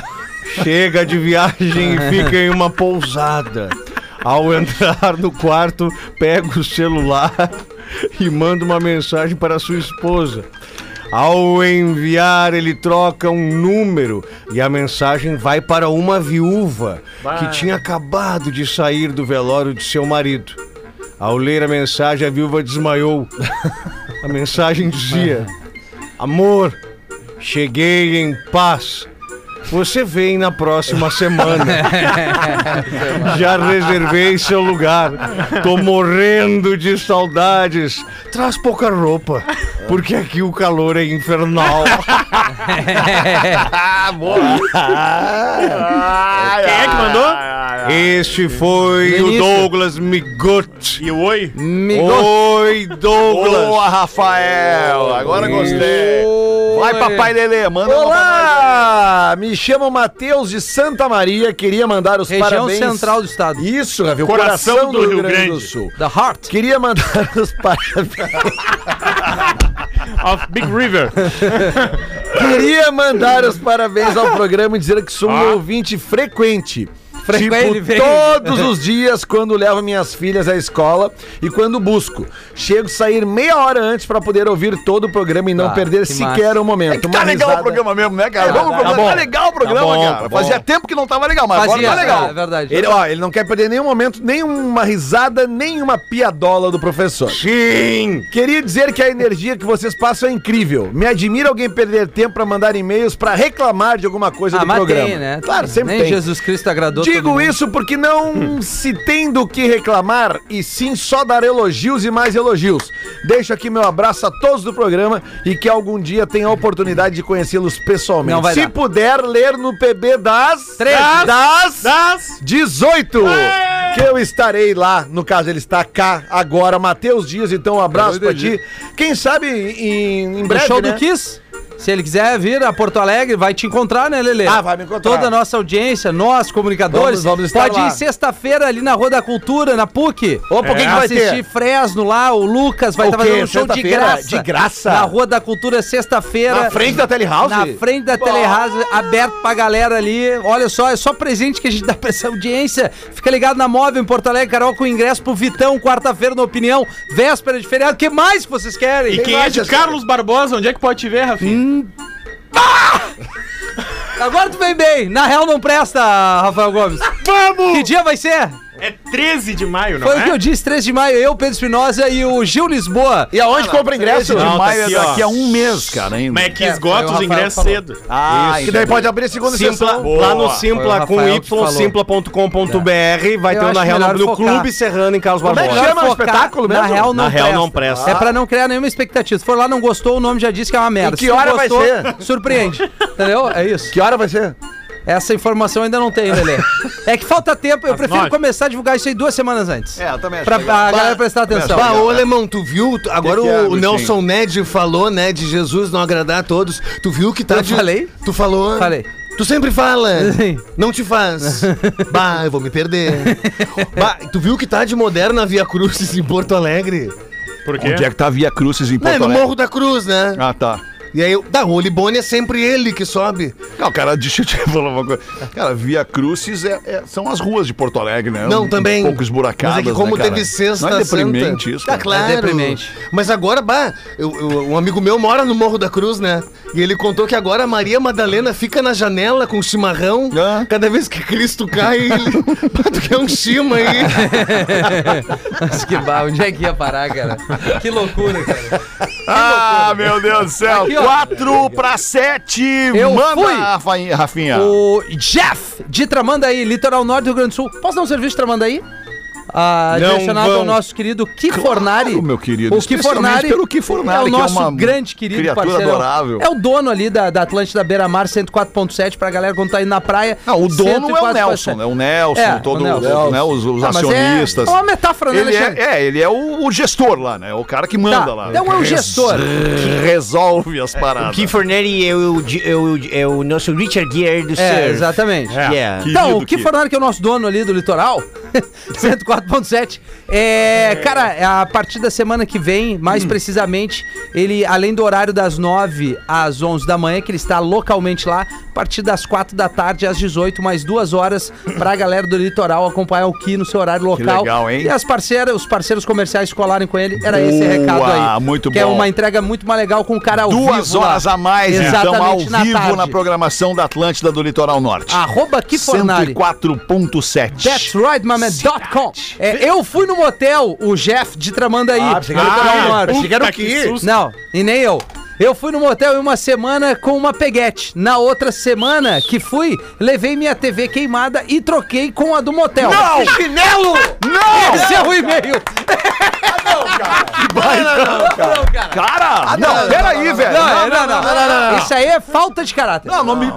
Speaker 6: chega de viagem e fica em uma pousada. Ao entrar no quarto, pega o celular e manda uma mensagem para sua esposa. Ao enviar, ele troca um número e a mensagem vai para uma viúva que tinha acabado de sair do velório de seu marido. Ao ler a mensagem, a viúva desmaiou. A mensagem dizia: Amor, cheguei em paz. Você vem na próxima semana. Já reservei seu lugar. Tô morrendo de saudades. Traz pouca roupa, porque aqui o calor é infernal.
Speaker 5: Quem é que mandou?
Speaker 6: Este foi o
Speaker 2: Vinícius.
Speaker 6: Douglas Migot.
Speaker 5: E o oi?
Speaker 2: Me gosta.
Speaker 6: Oi, Douglas.
Speaker 3: Boa, Rafael. Agora gostei. Vai, papai Lelê, manda uma pra nós.
Speaker 4: Olá! Ah, Me chamo Matheus de Santa Maria, queria mandar os
Speaker 2: Região
Speaker 4: parabéns.
Speaker 2: central do estado.
Speaker 4: Isso, Ravi, o
Speaker 5: Coração
Speaker 4: coração,
Speaker 5: do
Speaker 4: do,
Speaker 5: Rio
Speaker 4: Rio Grande. do
Speaker 5: Grande.
Speaker 4: Sul.
Speaker 2: The Heart.
Speaker 4: Queria mandar [laughs] os parabéns.
Speaker 5: Of Big River.
Speaker 4: Queria mandar os parabéns ao programa e dizer que sou um ouvinte frequente.
Speaker 2: Frequente, ele vem.
Speaker 4: tipo, todos os dias quando levo minhas filhas à escola e quando busco. Chego a sair meia hora antes para poder ouvir todo o programa e não
Speaker 2: Ah,
Speaker 4: perder
Speaker 2: que
Speaker 4: sequer
Speaker 2: massa.
Speaker 4: o momento.
Speaker 3: Tá
Speaker 4: Uma
Speaker 3: legal o
Speaker 4: risada.
Speaker 3: programa mesmo, né, cara? Vamos,
Speaker 4: tá
Speaker 3: tá,
Speaker 4: bom.
Speaker 3: tá legal o programa, cara. Fazia tempo que não tava legal, mas
Speaker 2: Fazia,
Speaker 3: agora tá
Speaker 2: é
Speaker 3: legal.
Speaker 2: verdade.
Speaker 6: né?
Speaker 4: Ele, ó, ele não quer perder nenhum momento, nenhuma risada, nenhuma piadola do professor.
Speaker 6: Sim.
Speaker 4: Queria dizer que a energia que vocês passam é incrível. Me admira alguém perder tempo para mandar e-mails para reclamar de alguma coisa
Speaker 2: ah,
Speaker 4: do
Speaker 2: mas
Speaker 4: programa.
Speaker 2: tem, né?
Speaker 4: Claro, sempre
Speaker 2: Nem
Speaker 4: tem.
Speaker 2: Jesus Cristo agradou todo
Speaker 4: Digo
Speaker 2: mundo.
Speaker 4: isso porque não se tem do que reclamar e sim só dar elogios e mais elogios. Deixo aqui meu abraço a todos do programa e que algum dia tenha a oportunidade de conhecê-los pessoalmente.
Speaker 2: Não vai
Speaker 4: se
Speaker 2: dar.
Speaker 4: puder ler no PB das
Speaker 2: Treze.
Speaker 4: das,
Speaker 5: Das.
Speaker 4: 18 que eu estarei lá, no caso ele está cá agora, Matheus Dias, então um abraço pra ti. Quem sabe em, em
Speaker 2: No
Speaker 4: breve,
Speaker 2: show
Speaker 4: né?
Speaker 2: do Kiss. Se ele quiser vir a Porto Alegre, vai te encontrar, né, Lele?
Speaker 4: Ah, vai me encontrar.
Speaker 2: Toda a nossa audiência, nós, comunicadores,
Speaker 4: Vamos- vamos estar
Speaker 2: pode
Speaker 4: lá.
Speaker 2: ir sexta-feira ali na Rua da Cultura, na PUC. É.
Speaker 4: Opa, o que que vai ter?
Speaker 2: Assistir Fresno lá, o Lucas vai
Speaker 4: O
Speaker 2: estar
Speaker 4: quê?
Speaker 2: fazendo um show de
Speaker 4: Sexta-feira?
Speaker 2: graça.
Speaker 4: De graça?
Speaker 2: Na Rua da Cultura, sexta-feira.
Speaker 4: Na frente da Telehouse?
Speaker 2: Na frente da Telehouse, aberto pra galera ali. Olha só, é só presente que a gente dá pra essa audiência. Fica ligado na móvel em Porto Alegre, Carol, com ingresso pro Vitão, quarta-feira, na opinião, véspera de feriado. O que mais que vocês querem?
Speaker 5: E quem é de Carlos Barbosa, onde é que pode te ver, Rafinha?
Speaker 2: Agora tu vem bem. Na real não presta, Rafael Gomes.
Speaker 5: Vamos!
Speaker 2: Que dia vai ser?
Speaker 5: É 13 de maio, não
Speaker 2: Foi
Speaker 5: é?
Speaker 2: o que eu disse, 3 de maio. Eu, Pedro Espinosa e o Gil Lisboa.
Speaker 4: E aonde compra ingresso?
Speaker 5: Não,
Speaker 3: De
Speaker 5: tá
Speaker 3: maio é
Speaker 5: aqui, ó.
Speaker 3: daqui a um mês, cara, ainda.
Speaker 5: Mas é que
Speaker 2: É, foi o
Speaker 5: esgota os
Speaker 2: Rafael
Speaker 5: ingressos
Speaker 2: falou.
Speaker 5: cedo.
Speaker 3: Ah,
Speaker 4: que daí pode abrir a segunda
Speaker 6: Simpla,
Speaker 4: sessão.
Speaker 6: lá
Speaker 5: Boa.
Speaker 6: no
Speaker 2: Foi o
Speaker 6: Simpla
Speaker 2: Rafael
Speaker 6: com
Speaker 2: que
Speaker 6: Y,
Speaker 2: falou. É.
Speaker 6: simpla.com.br, vai
Speaker 2: Eu
Speaker 6: ter o
Speaker 2: acho
Speaker 6: na Real
Speaker 2: melhor
Speaker 6: no
Speaker 2: focar.
Speaker 6: Clube Serrano em Carlos
Speaker 4: é que
Speaker 6: Barbosa.
Speaker 4: chama o
Speaker 2: Focar.
Speaker 4: espetáculo
Speaker 2: Na
Speaker 4: mesmo?
Speaker 2: real não
Speaker 6: Na
Speaker 2: presta.
Speaker 6: real não presta.
Speaker 2: É pra não criar nenhuma expectativa. Se for lá, não gostou, o nome já disse que é uma merda.
Speaker 4: E que
Speaker 2: Se não
Speaker 4: hora vai
Speaker 2: gostou,
Speaker 4: ser?
Speaker 2: Surpreende. Entendeu? É isso.
Speaker 4: Que hora vai ser?
Speaker 2: Essa informação ainda não tem, Lelê. É que falta tempo, eu prefiro
Speaker 5: nove.
Speaker 2: começar a divulgar isso aí duas semanas antes.
Speaker 3: É, eu também acho
Speaker 2: Pra
Speaker 3: legal.
Speaker 2: a galera prestar atenção.
Speaker 6: Bah, ô Alemão, tu viu? Tu- Agora
Speaker 3: Que que é,
Speaker 6: o
Speaker 3: Agostinho?
Speaker 6: Nelson Ned falou, né, de Jesus não agradar a todos. Tu viu que tá
Speaker 2: Eu
Speaker 6: de-
Speaker 2: falei?
Speaker 6: Tu falou?
Speaker 2: Falei.
Speaker 6: Tu sempre fala.
Speaker 2: Sim.
Speaker 6: Não
Speaker 2: [laughs]
Speaker 6: te faz. bah, eu vou me perder. bah, tu viu que tá de moderna a Via Cruzes em Porto Alegre?
Speaker 5: Por quê?
Speaker 3: Onde é que tá a Via Cruzes em
Speaker 6: Não, é
Speaker 3: Porto
Speaker 6: no
Speaker 3: Alegre?
Speaker 6: Morro da Cruz, né?
Speaker 3: Ah, tá.
Speaker 6: E aí, da Role Boni é sempre ele que sobe.
Speaker 3: Não, cara, [laughs] deixa eu te falar uma coisa. Cara, Via Crucis é- é- são as ruas de Porto Alegre, né?
Speaker 6: Não, também.
Speaker 3: Um pouco esburacadas,
Speaker 6: Mas é que como
Speaker 3: né, cara?
Speaker 6: teve sexta
Speaker 3: Não é deprimente
Speaker 6: santa,
Speaker 3: isso,
Speaker 6: Tá
Speaker 3: cara?
Speaker 6: claro.
Speaker 2: É deprimente.
Speaker 6: Mas agora, bah, eu- eu- um amigo meu mora no Morro da Cruz, né? E ele contou que agora a Maria Madalena fica na janela com chimarrão.
Speaker 3: Ah.
Speaker 6: Cada vez que Cristo cai,
Speaker 3: [laughs]
Speaker 6: ele... Pá, tu quer um chima aí.
Speaker 2: Mas que bar, onde é que ia parar, cara? Que loucura, cara.
Speaker 3: Ah, meu Deus do céu.
Speaker 2: Aqui, ó.
Speaker 3: 4 pra 7.
Speaker 2: Eu
Speaker 3: Manda,
Speaker 2: fui.
Speaker 3: Rafain- Rafinha.
Speaker 2: [laughs] O Jeff de Tramandaí, litoral norte do Rio Grande do Sul. Posso dar um serviço de Tramandaí? Ah,
Speaker 11: Não
Speaker 2: direcionado ao
Speaker 11: vão.
Speaker 2: nosso querido Kifornari.
Speaker 3: Claro, meu querido,
Speaker 2: O Kifornari
Speaker 3: especialmente pelo Kifornari,
Speaker 2: é o
Speaker 3: que é
Speaker 2: nosso
Speaker 3: uma
Speaker 2: grande querido
Speaker 3: criatura
Speaker 2: parceiro.
Speaker 3: adorável.
Speaker 2: É o dono ali da, da Atlântida Beira Mar 104.7 pra galera quando tá indo na praia.
Speaker 3: Não, o dono é o
Speaker 2: 104.7.
Speaker 3: Nelson, né? O Nelson,
Speaker 2: É,
Speaker 3: todo,
Speaker 2: o Nelson.
Speaker 3: né, os, os
Speaker 2: Ah, mas é-
Speaker 3: acionistas.
Speaker 2: É uma metáfora, né,
Speaker 3: Ele é,
Speaker 2: Alexandre?
Speaker 3: é, ele é o, o gestor lá, né? O cara que manda lá.
Speaker 2: então é o
Speaker 3: Res-
Speaker 2: gestor. É,
Speaker 3: Resolve as paradas.
Speaker 12: Keith Fornetti é o, di- é o, é o nosso Richard Gere do
Speaker 2: É,
Speaker 12: surf.
Speaker 2: exatamente.
Speaker 5: Ah,
Speaker 12: Yeah.
Speaker 3: Que-
Speaker 2: Então,
Speaker 3: Querido
Speaker 2: o que
Speaker 3: Kiko.
Speaker 2: Fornari, que é o nosso dono ali do litoral, [laughs] 104.7, é, cara, a partir da semana que vem,
Speaker 3: Hum.
Speaker 2: mais precisamente, ele, além do horário das 9 às 11 da manhã, que ele está localmente lá, a partir das 4 da tarde às 18, mais duas horas pra galera do litoral acompanhar o Ki no seu horário local.
Speaker 3: legal, hein?
Speaker 2: E as parceiras, os parceiros comerciais colarem com ele, era esse
Speaker 3: Boa,
Speaker 2: recado aí.
Speaker 3: muito
Speaker 2: que é
Speaker 3: bom.
Speaker 2: uma entrega muito mais legal com o cara ao
Speaker 3: Duas
Speaker 2: vivo lá.
Speaker 3: horas a mais, então, ao
Speaker 2: Exatamente, na
Speaker 3: vivo
Speaker 2: tarde. Ah,
Speaker 3: na programação da Atlântida do Litoral Norte.
Speaker 2: Arroba Kifornari.
Speaker 3: 104.7.
Speaker 2: That's right, my man, dot com. É, eu fui no motel, o Jeff de Tramandaí.
Speaker 4: Ah, pensei que era o
Speaker 2: litoral
Speaker 4: Tramandaí.
Speaker 2: norte.
Speaker 4: Pensei que era o
Speaker 5: que
Speaker 4: quê?
Speaker 5: susto.
Speaker 2: Não, e nem eu. Eu fui no motel em uma semana com uma peguete. Na outra semana que fui, levei minha TV queimada e troquei com a do motel. Não! Chinelo! Não! Esse é o e-mail.
Speaker 3: Cara, não, peraí, velho.
Speaker 2: Ah, Não, não, não. Isso aí é falta de caráter. Não, não me...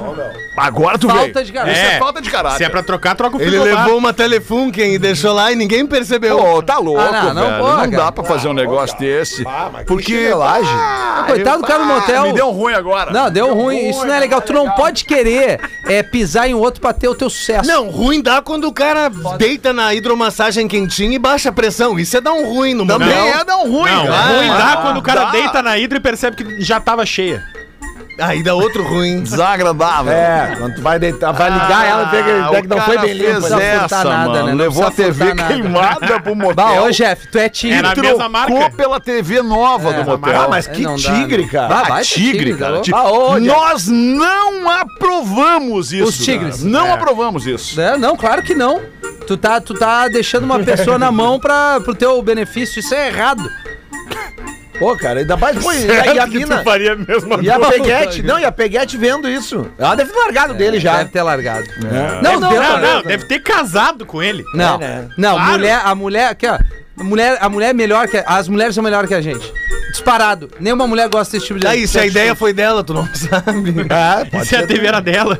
Speaker 3: Agora tu
Speaker 2: Falta
Speaker 3: veio.
Speaker 2: de caráter.
Speaker 3: Isso é
Speaker 5: É.
Speaker 3: falta de caráter.
Speaker 5: Se é pra trocar, troca o
Speaker 6: Ele
Speaker 5: frigobar.
Speaker 6: levou uma telefunken e deixou lá e ninguém percebeu.
Speaker 3: Ô, tá louco,
Speaker 2: Ah, não, não
Speaker 3: velho.
Speaker 2: pode,
Speaker 3: Não dá
Speaker 2: cara.
Speaker 3: pra fazer um negócio desse. porque... Ah,
Speaker 2: Coitado do cara no motel.
Speaker 3: Me deu ruim agora.
Speaker 2: Não, deu ruim. Isso não é legal. Tu não pode querer é, pisar em outro pra ter o teu sucesso.
Speaker 6: Não, ruim dá quando o cara deita na hidromassagem quentinha e baixa a pressão. Isso é dar um ruim no
Speaker 3: Também
Speaker 6: momento.
Speaker 3: é dar um ruim,
Speaker 5: Não,
Speaker 3: cara.
Speaker 5: ruim dá
Speaker 3: Ah,
Speaker 5: quando o cara
Speaker 3: dá.
Speaker 5: deita na hidra e percebe que já tava cheia.
Speaker 3: um
Speaker 6: Aí dá outro ruim.
Speaker 3: Desagradável.
Speaker 4: É, quando tu vai deitar, vai ligar ela e vê que,
Speaker 3: Ah,
Speaker 4: vê que
Speaker 3: o
Speaker 4: não foi
Speaker 3: cara
Speaker 4: bem limpa.
Speaker 3: fez
Speaker 4: né?
Speaker 3: essa,
Speaker 2: furtar nada,
Speaker 3: mano.
Speaker 2: né? Não
Speaker 3: Levou a
Speaker 2: precisa
Speaker 3: TV
Speaker 2: furtar nada.
Speaker 3: queimada pro motel.
Speaker 2: Bah, ô, Jeff, tu é
Speaker 3: E
Speaker 2: tigre.
Speaker 5: Era a mesma
Speaker 3: trocou
Speaker 5: marca.
Speaker 3: pela TV nova do motel.
Speaker 4: Ah, mas que
Speaker 2: Não dá,
Speaker 4: tigre,
Speaker 2: né?
Speaker 4: cara. Tipo,
Speaker 2: Bah,
Speaker 3: Ah,
Speaker 2: vai ter
Speaker 3: tigre,
Speaker 2: tá
Speaker 3: cara.
Speaker 2: louco?
Speaker 3: Ti-
Speaker 2: Ah, ô, Jeff.
Speaker 3: Nós não aprovamos isso.
Speaker 2: Os tigres.
Speaker 3: cara. Não aprovamos isso.
Speaker 2: É, não, claro que não. Tu tá, tu tá deixando uma pessoa na mão pra, pro teu benefício. Isso é errado. é
Speaker 4: Pô, cara, ainda mais. Pô, e, a- e a mina.
Speaker 5: faria a mesma
Speaker 4: E a Peguete, não, e a Peguete tá vendo isso. Ela deve ter largado dele já.
Speaker 2: É, Deve ter largado.
Speaker 6: Ah! É
Speaker 2: Não, deve
Speaker 5: Não, não,
Speaker 2: ter
Speaker 6: né?
Speaker 2: largado.
Speaker 5: deve ter casado com ele.
Speaker 2: Não,
Speaker 4: É, né?
Speaker 2: não,
Speaker 5: Claro.
Speaker 2: mulher, a mulher, aqui, ó. A mulher, a mulher é melhor que. As mulheres são melhor que a gente. Disparado. Nenhuma mulher gosta desse
Speaker 4: Tá,
Speaker 2: tipo de.
Speaker 6: Aí,
Speaker 4: é
Speaker 6: se a ideia foi dela, tu não [laughs] sabe.
Speaker 4: Ah,
Speaker 5: E
Speaker 4: pode
Speaker 5: se a
Speaker 4: ser.
Speaker 5: TV era dela.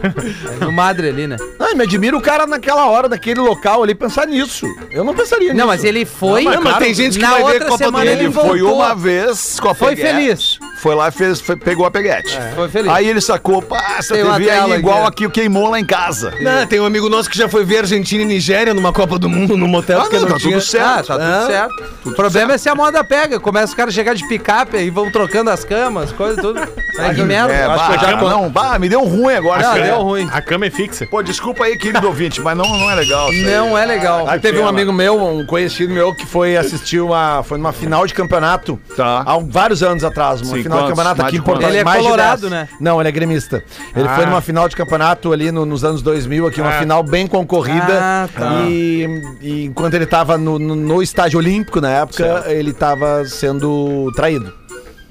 Speaker 2: No madre ali, né?
Speaker 4: Não, me admira o cara naquela hora, naquele local ali, pensar nisso. Eu não pensaria nisso.
Speaker 2: Não, mas ele foi.
Speaker 6: Não, mas tem gente que
Speaker 2: na
Speaker 6: vai ver
Speaker 2: outra
Speaker 6: Copa do
Speaker 2: semana
Speaker 6: Mundo.
Speaker 2: ele
Speaker 3: Ele foi
Speaker 2: voltou.
Speaker 3: uma Ah, vez com a
Speaker 2: Foi
Speaker 3: peguete,
Speaker 2: feliz. É.
Speaker 3: Foi lá e fez, foi- pegou a peguete.
Speaker 2: Foi feliz.
Speaker 3: Aí ele sacou, pá, essa
Speaker 2: Tem uma
Speaker 3: TV aí
Speaker 2: tela
Speaker 3: é igual
Speaker 2: aqui, né?"
Speaker 3: a que queimou lá em casa.
Speaker 6: Não, tem um amigo nosso que já foi ver Argentina e Nigéria numa Copa do Mundo, num motel,
Speaker 3: Ah,
Speaker 6: porque
Speaker 3: não,
Speaker 6: não,
Speaker 3: tá
Speaker 6: tinha...
Speaker 3: tudo certo.
Speaker 2: Ah, tá tudo
Speaker 6: Ah,
Speaker 2: certo. o problema é se a moda pega. Começa os caras a chegar de picape e vão trocando as camas, coisa e tudo. Ai, que merda.
Speaker 3: É, bah, não, bah, me deu ruim agora.
Speaker 2: Não,
Speaker 3: cara.
Speaker 2: deu ruim.
Speaker 5: A cama é fixa.
Speaker 3: Pô, desculpa aí, querido ouvinte, mas não, não é legal. isso aí.
Speaker 2: Não é
Speaker 6: ah.
Speaker 2: legal.
Speaker 4: Aí teve um amigo meu, um conhecido meu, que foi assistir uma. Foi numa final de campeonato.
Speaker 3: Tá.
Speaker 4: Há um- vários anos atrás. Uma
Speaker 3: Sim,
Speaker 4: final
Speaker 3: quantos?
Speaker 4: de campeonato
Speaker 3: Mais
Speaker 4: aqui
Speaker 3: de
Speaker 4: em Porto
Speaker 3: quantos?
Speaker 2: Ele
Speaker 4: Alegre.
Speaker 2: é
Speaker 4: mais de
Speaker 2: colorado,
Speaker 4: 10.
Speaker 2: né?
Speaker 4: Não, ele é gremista. Ele
Speaker 5: Ah.
Speaker 4: foi numa final de campeonato ali no- nos anos 2000, aqui, uma
Speaker 3: É.
Speaker 5: Ah.
Speaker 4: final bem concorrida.
Speaker 2: Ah, tá.
Speaker 4: e, e enquanto ele tava no, no- no estádio olímpico na época, ele tava sendo traído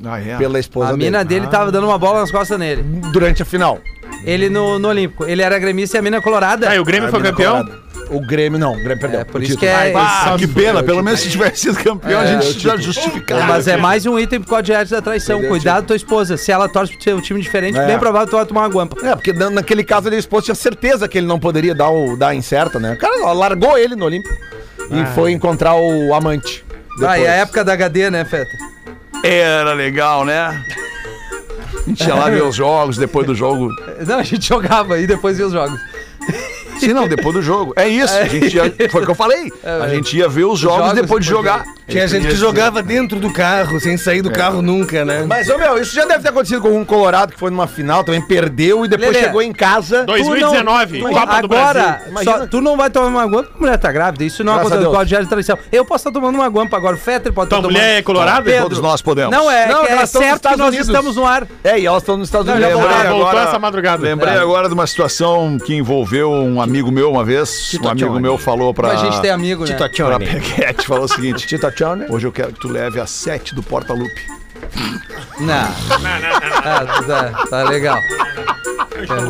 Speaker 3: Ah, é.
Speaker 4: pela esposa
Speaker 2: A mina
Speaker 4: dele.
Speaker 2: dele tava dando uma bola nas costas nele.
Speaker 4: Durante a final.
Speaker 2: Ele no, no Olímpico. Ele era gremista e a mina é colorada.
Speaker 5: Aí Tá, o Grêmio foi campeão.
Speaker 4: Colorado. O Grêmio não, o Grêmio perdeu.
Speaker 2: É, por isso que é.
Speaker 3: Ah, que pena, pelo menos se tivesse sido campeão, a gente já
Speaker 2: É,
Speaker 3: justificava.
Speaker 2: mas é mais um item pro código de ética da traição. Cuidado, tua esposa. Se ela torce pro seu time diferente,
Speaker 4: É.
Speaker 2: bem provável tu vai tomar uma guampa.
Speaker 4: É, porque na- naquele caso ele expôs, tinha certeza que ele não poderia dar o dar a incerta, né? O cara ó, largou ele no Olímpico
Speaker 3: É.
Speaker 4: e foi encontrar o amante.
Speaker 2: Ah,
Speaker 4: depois.
Speaker 2: é a época da HD, né, Feta?
Speaker 3: Era legal, né? A gente ia lá ver os jogos depois do jogo.
Speaker 2: Não, a gente [laughs] jogava e depois via os jogos.
Speaker 3: Sim, não, depois do jogo. É isso. A
Speaker 2: [laughs]
Speaker 3: gente ia, foi o que eu falei. A gente ia ver os jogos
Speaker 2: É, Jogos
Speaker 3: depois de
Speaker 2: depois
Speaker 3: jogar.
Speaker 6: Tinha gente que jogava dentro do carro, sem sair
Speaker 4: É.
Speaker 6: do carro nunca, né?
Speaker 4: Mas, ô meu, isso já deve ter acontecido com um Colorado que foi numa final, também perdeu e depois
Speaker 2: Lelê.
Speaker 4: chegou em casa.
Speaker 5: Dois- 2019,
Speaker 2: Tu não-
Speaker 5: Copa do
Speaker 2: agora,
Speaker 4: Brasil.
Speaker 2: só, tu não vai tomar uma guampa porque a mulher tá grávida. Isso não
Speaker 4: Graças
Speaker 2: acontece
Speaker 4: a
Speaker 2: no
Speaker 4: Deus.
Speaker 2: código de ética da traição. Eu posso estar tomando uma guampa agora. O Fetter pode estar
Speaker 5: Tua
Speaker 2: tomando.
Speaker 5: mulher é colorada?
Speaker 3: Todos nós podemos.
Speaker 2: Não é,
Speaker 4: Não,
Speaker 2: que é
Speaker 4: elas estão nos
Speaker 2: certo que
Speaker 4: Estados
Speaker 2: nós
Speaker 4: Unidos.
Speaker 2: estamos no ar.
Speaker 4: É, e elas estão nos Estados
Speaker 2: Não,
Speaker 4: Unidos.
Speaker 2: já
Speaker 5: Ah,
Speaker 3: Lembrei
Speaker 5: voltou
Speaker 3: agora-
Speaker 5: essa madrugada.
Speaker 3: Lembrei agora de uma situação que envolveu um amigo meu uma vez. Um amigo meu falou pra.
Speaker 2: A gente tem amigo, né?
Speaker 3: pra Peguete, falou o [laughs] seguinte:
Speaker 4: Tita Tchone.
Speaker 3: Hoje eu quero que tu leve a 7 do Porta-Lupe.
Speaker 2: [laughs] Não. Ah, tá, tá
Speaker 5: [laughs]
Speaker 2: legal.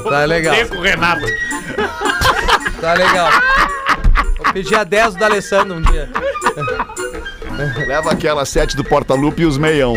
Speaker 2: Tá legal,
Speaker 5: Seco, Renato.
Speaker 2: tá legal. Vou pedir a 10 do Alessandro um dia.
Speaker 3: Leva aquela 7 do Porta-Lupe e os meião.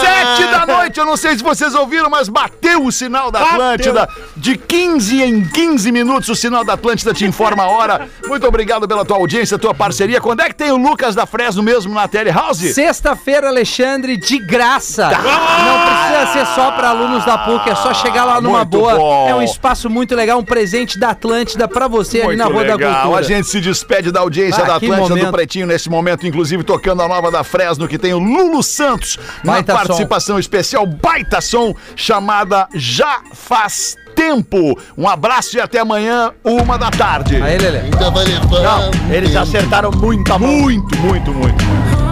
Speaker 3: Sete da noite, eu não sei se vocês ouviram, mas bateu o sinal da Atlântida. De 15 em 15 minutos, o sinal da Atlântida te informa a hora. Muito obrigado pela tua audiência, tua parceria. Quando é que tem o Lucas da Fresno mesmo na Tele House?
Speaker 2: Sexta-feira, Alexandre, de
Speaker 3: Ah!
Speaker 2: graça. Não precisa ser só para alunos da PUC, é só chegar lá numa
Speaker 3: Muito
Speaker 2: boa.
Speaker 3: bom.
Speaker 2: É um espaço muito legal, um presente da Atlântida para você ali
Speaker 3: Muito
Speaker 2: É na Rua da
Speaker 3: legal.
Speaker 2: Cultura.
Speaker 3: A gente se despede da audiência
Speaker 2: Ah,
Speaker 3: da
Speaker 2: que
Speaker 3: Atlântida do
Speaker 2: momento.
Speaker 3: Pretinho nesse momento, inclusive tocando a nova da Fresno, que tem o Lulo Santos
Speaker 2: Baita
Speaker 3: na
Speaker 2: som.
Speaker 3: participação especial Baita Som, chamada Já Faz Tempo. Um abraço e até amanhã, uma da tarde.
Speaker 2: Aí, Lelê.
Speaker 4: Não, eles acertaram muito a mão.
Speaker 3: Muito, muito, muito. muito.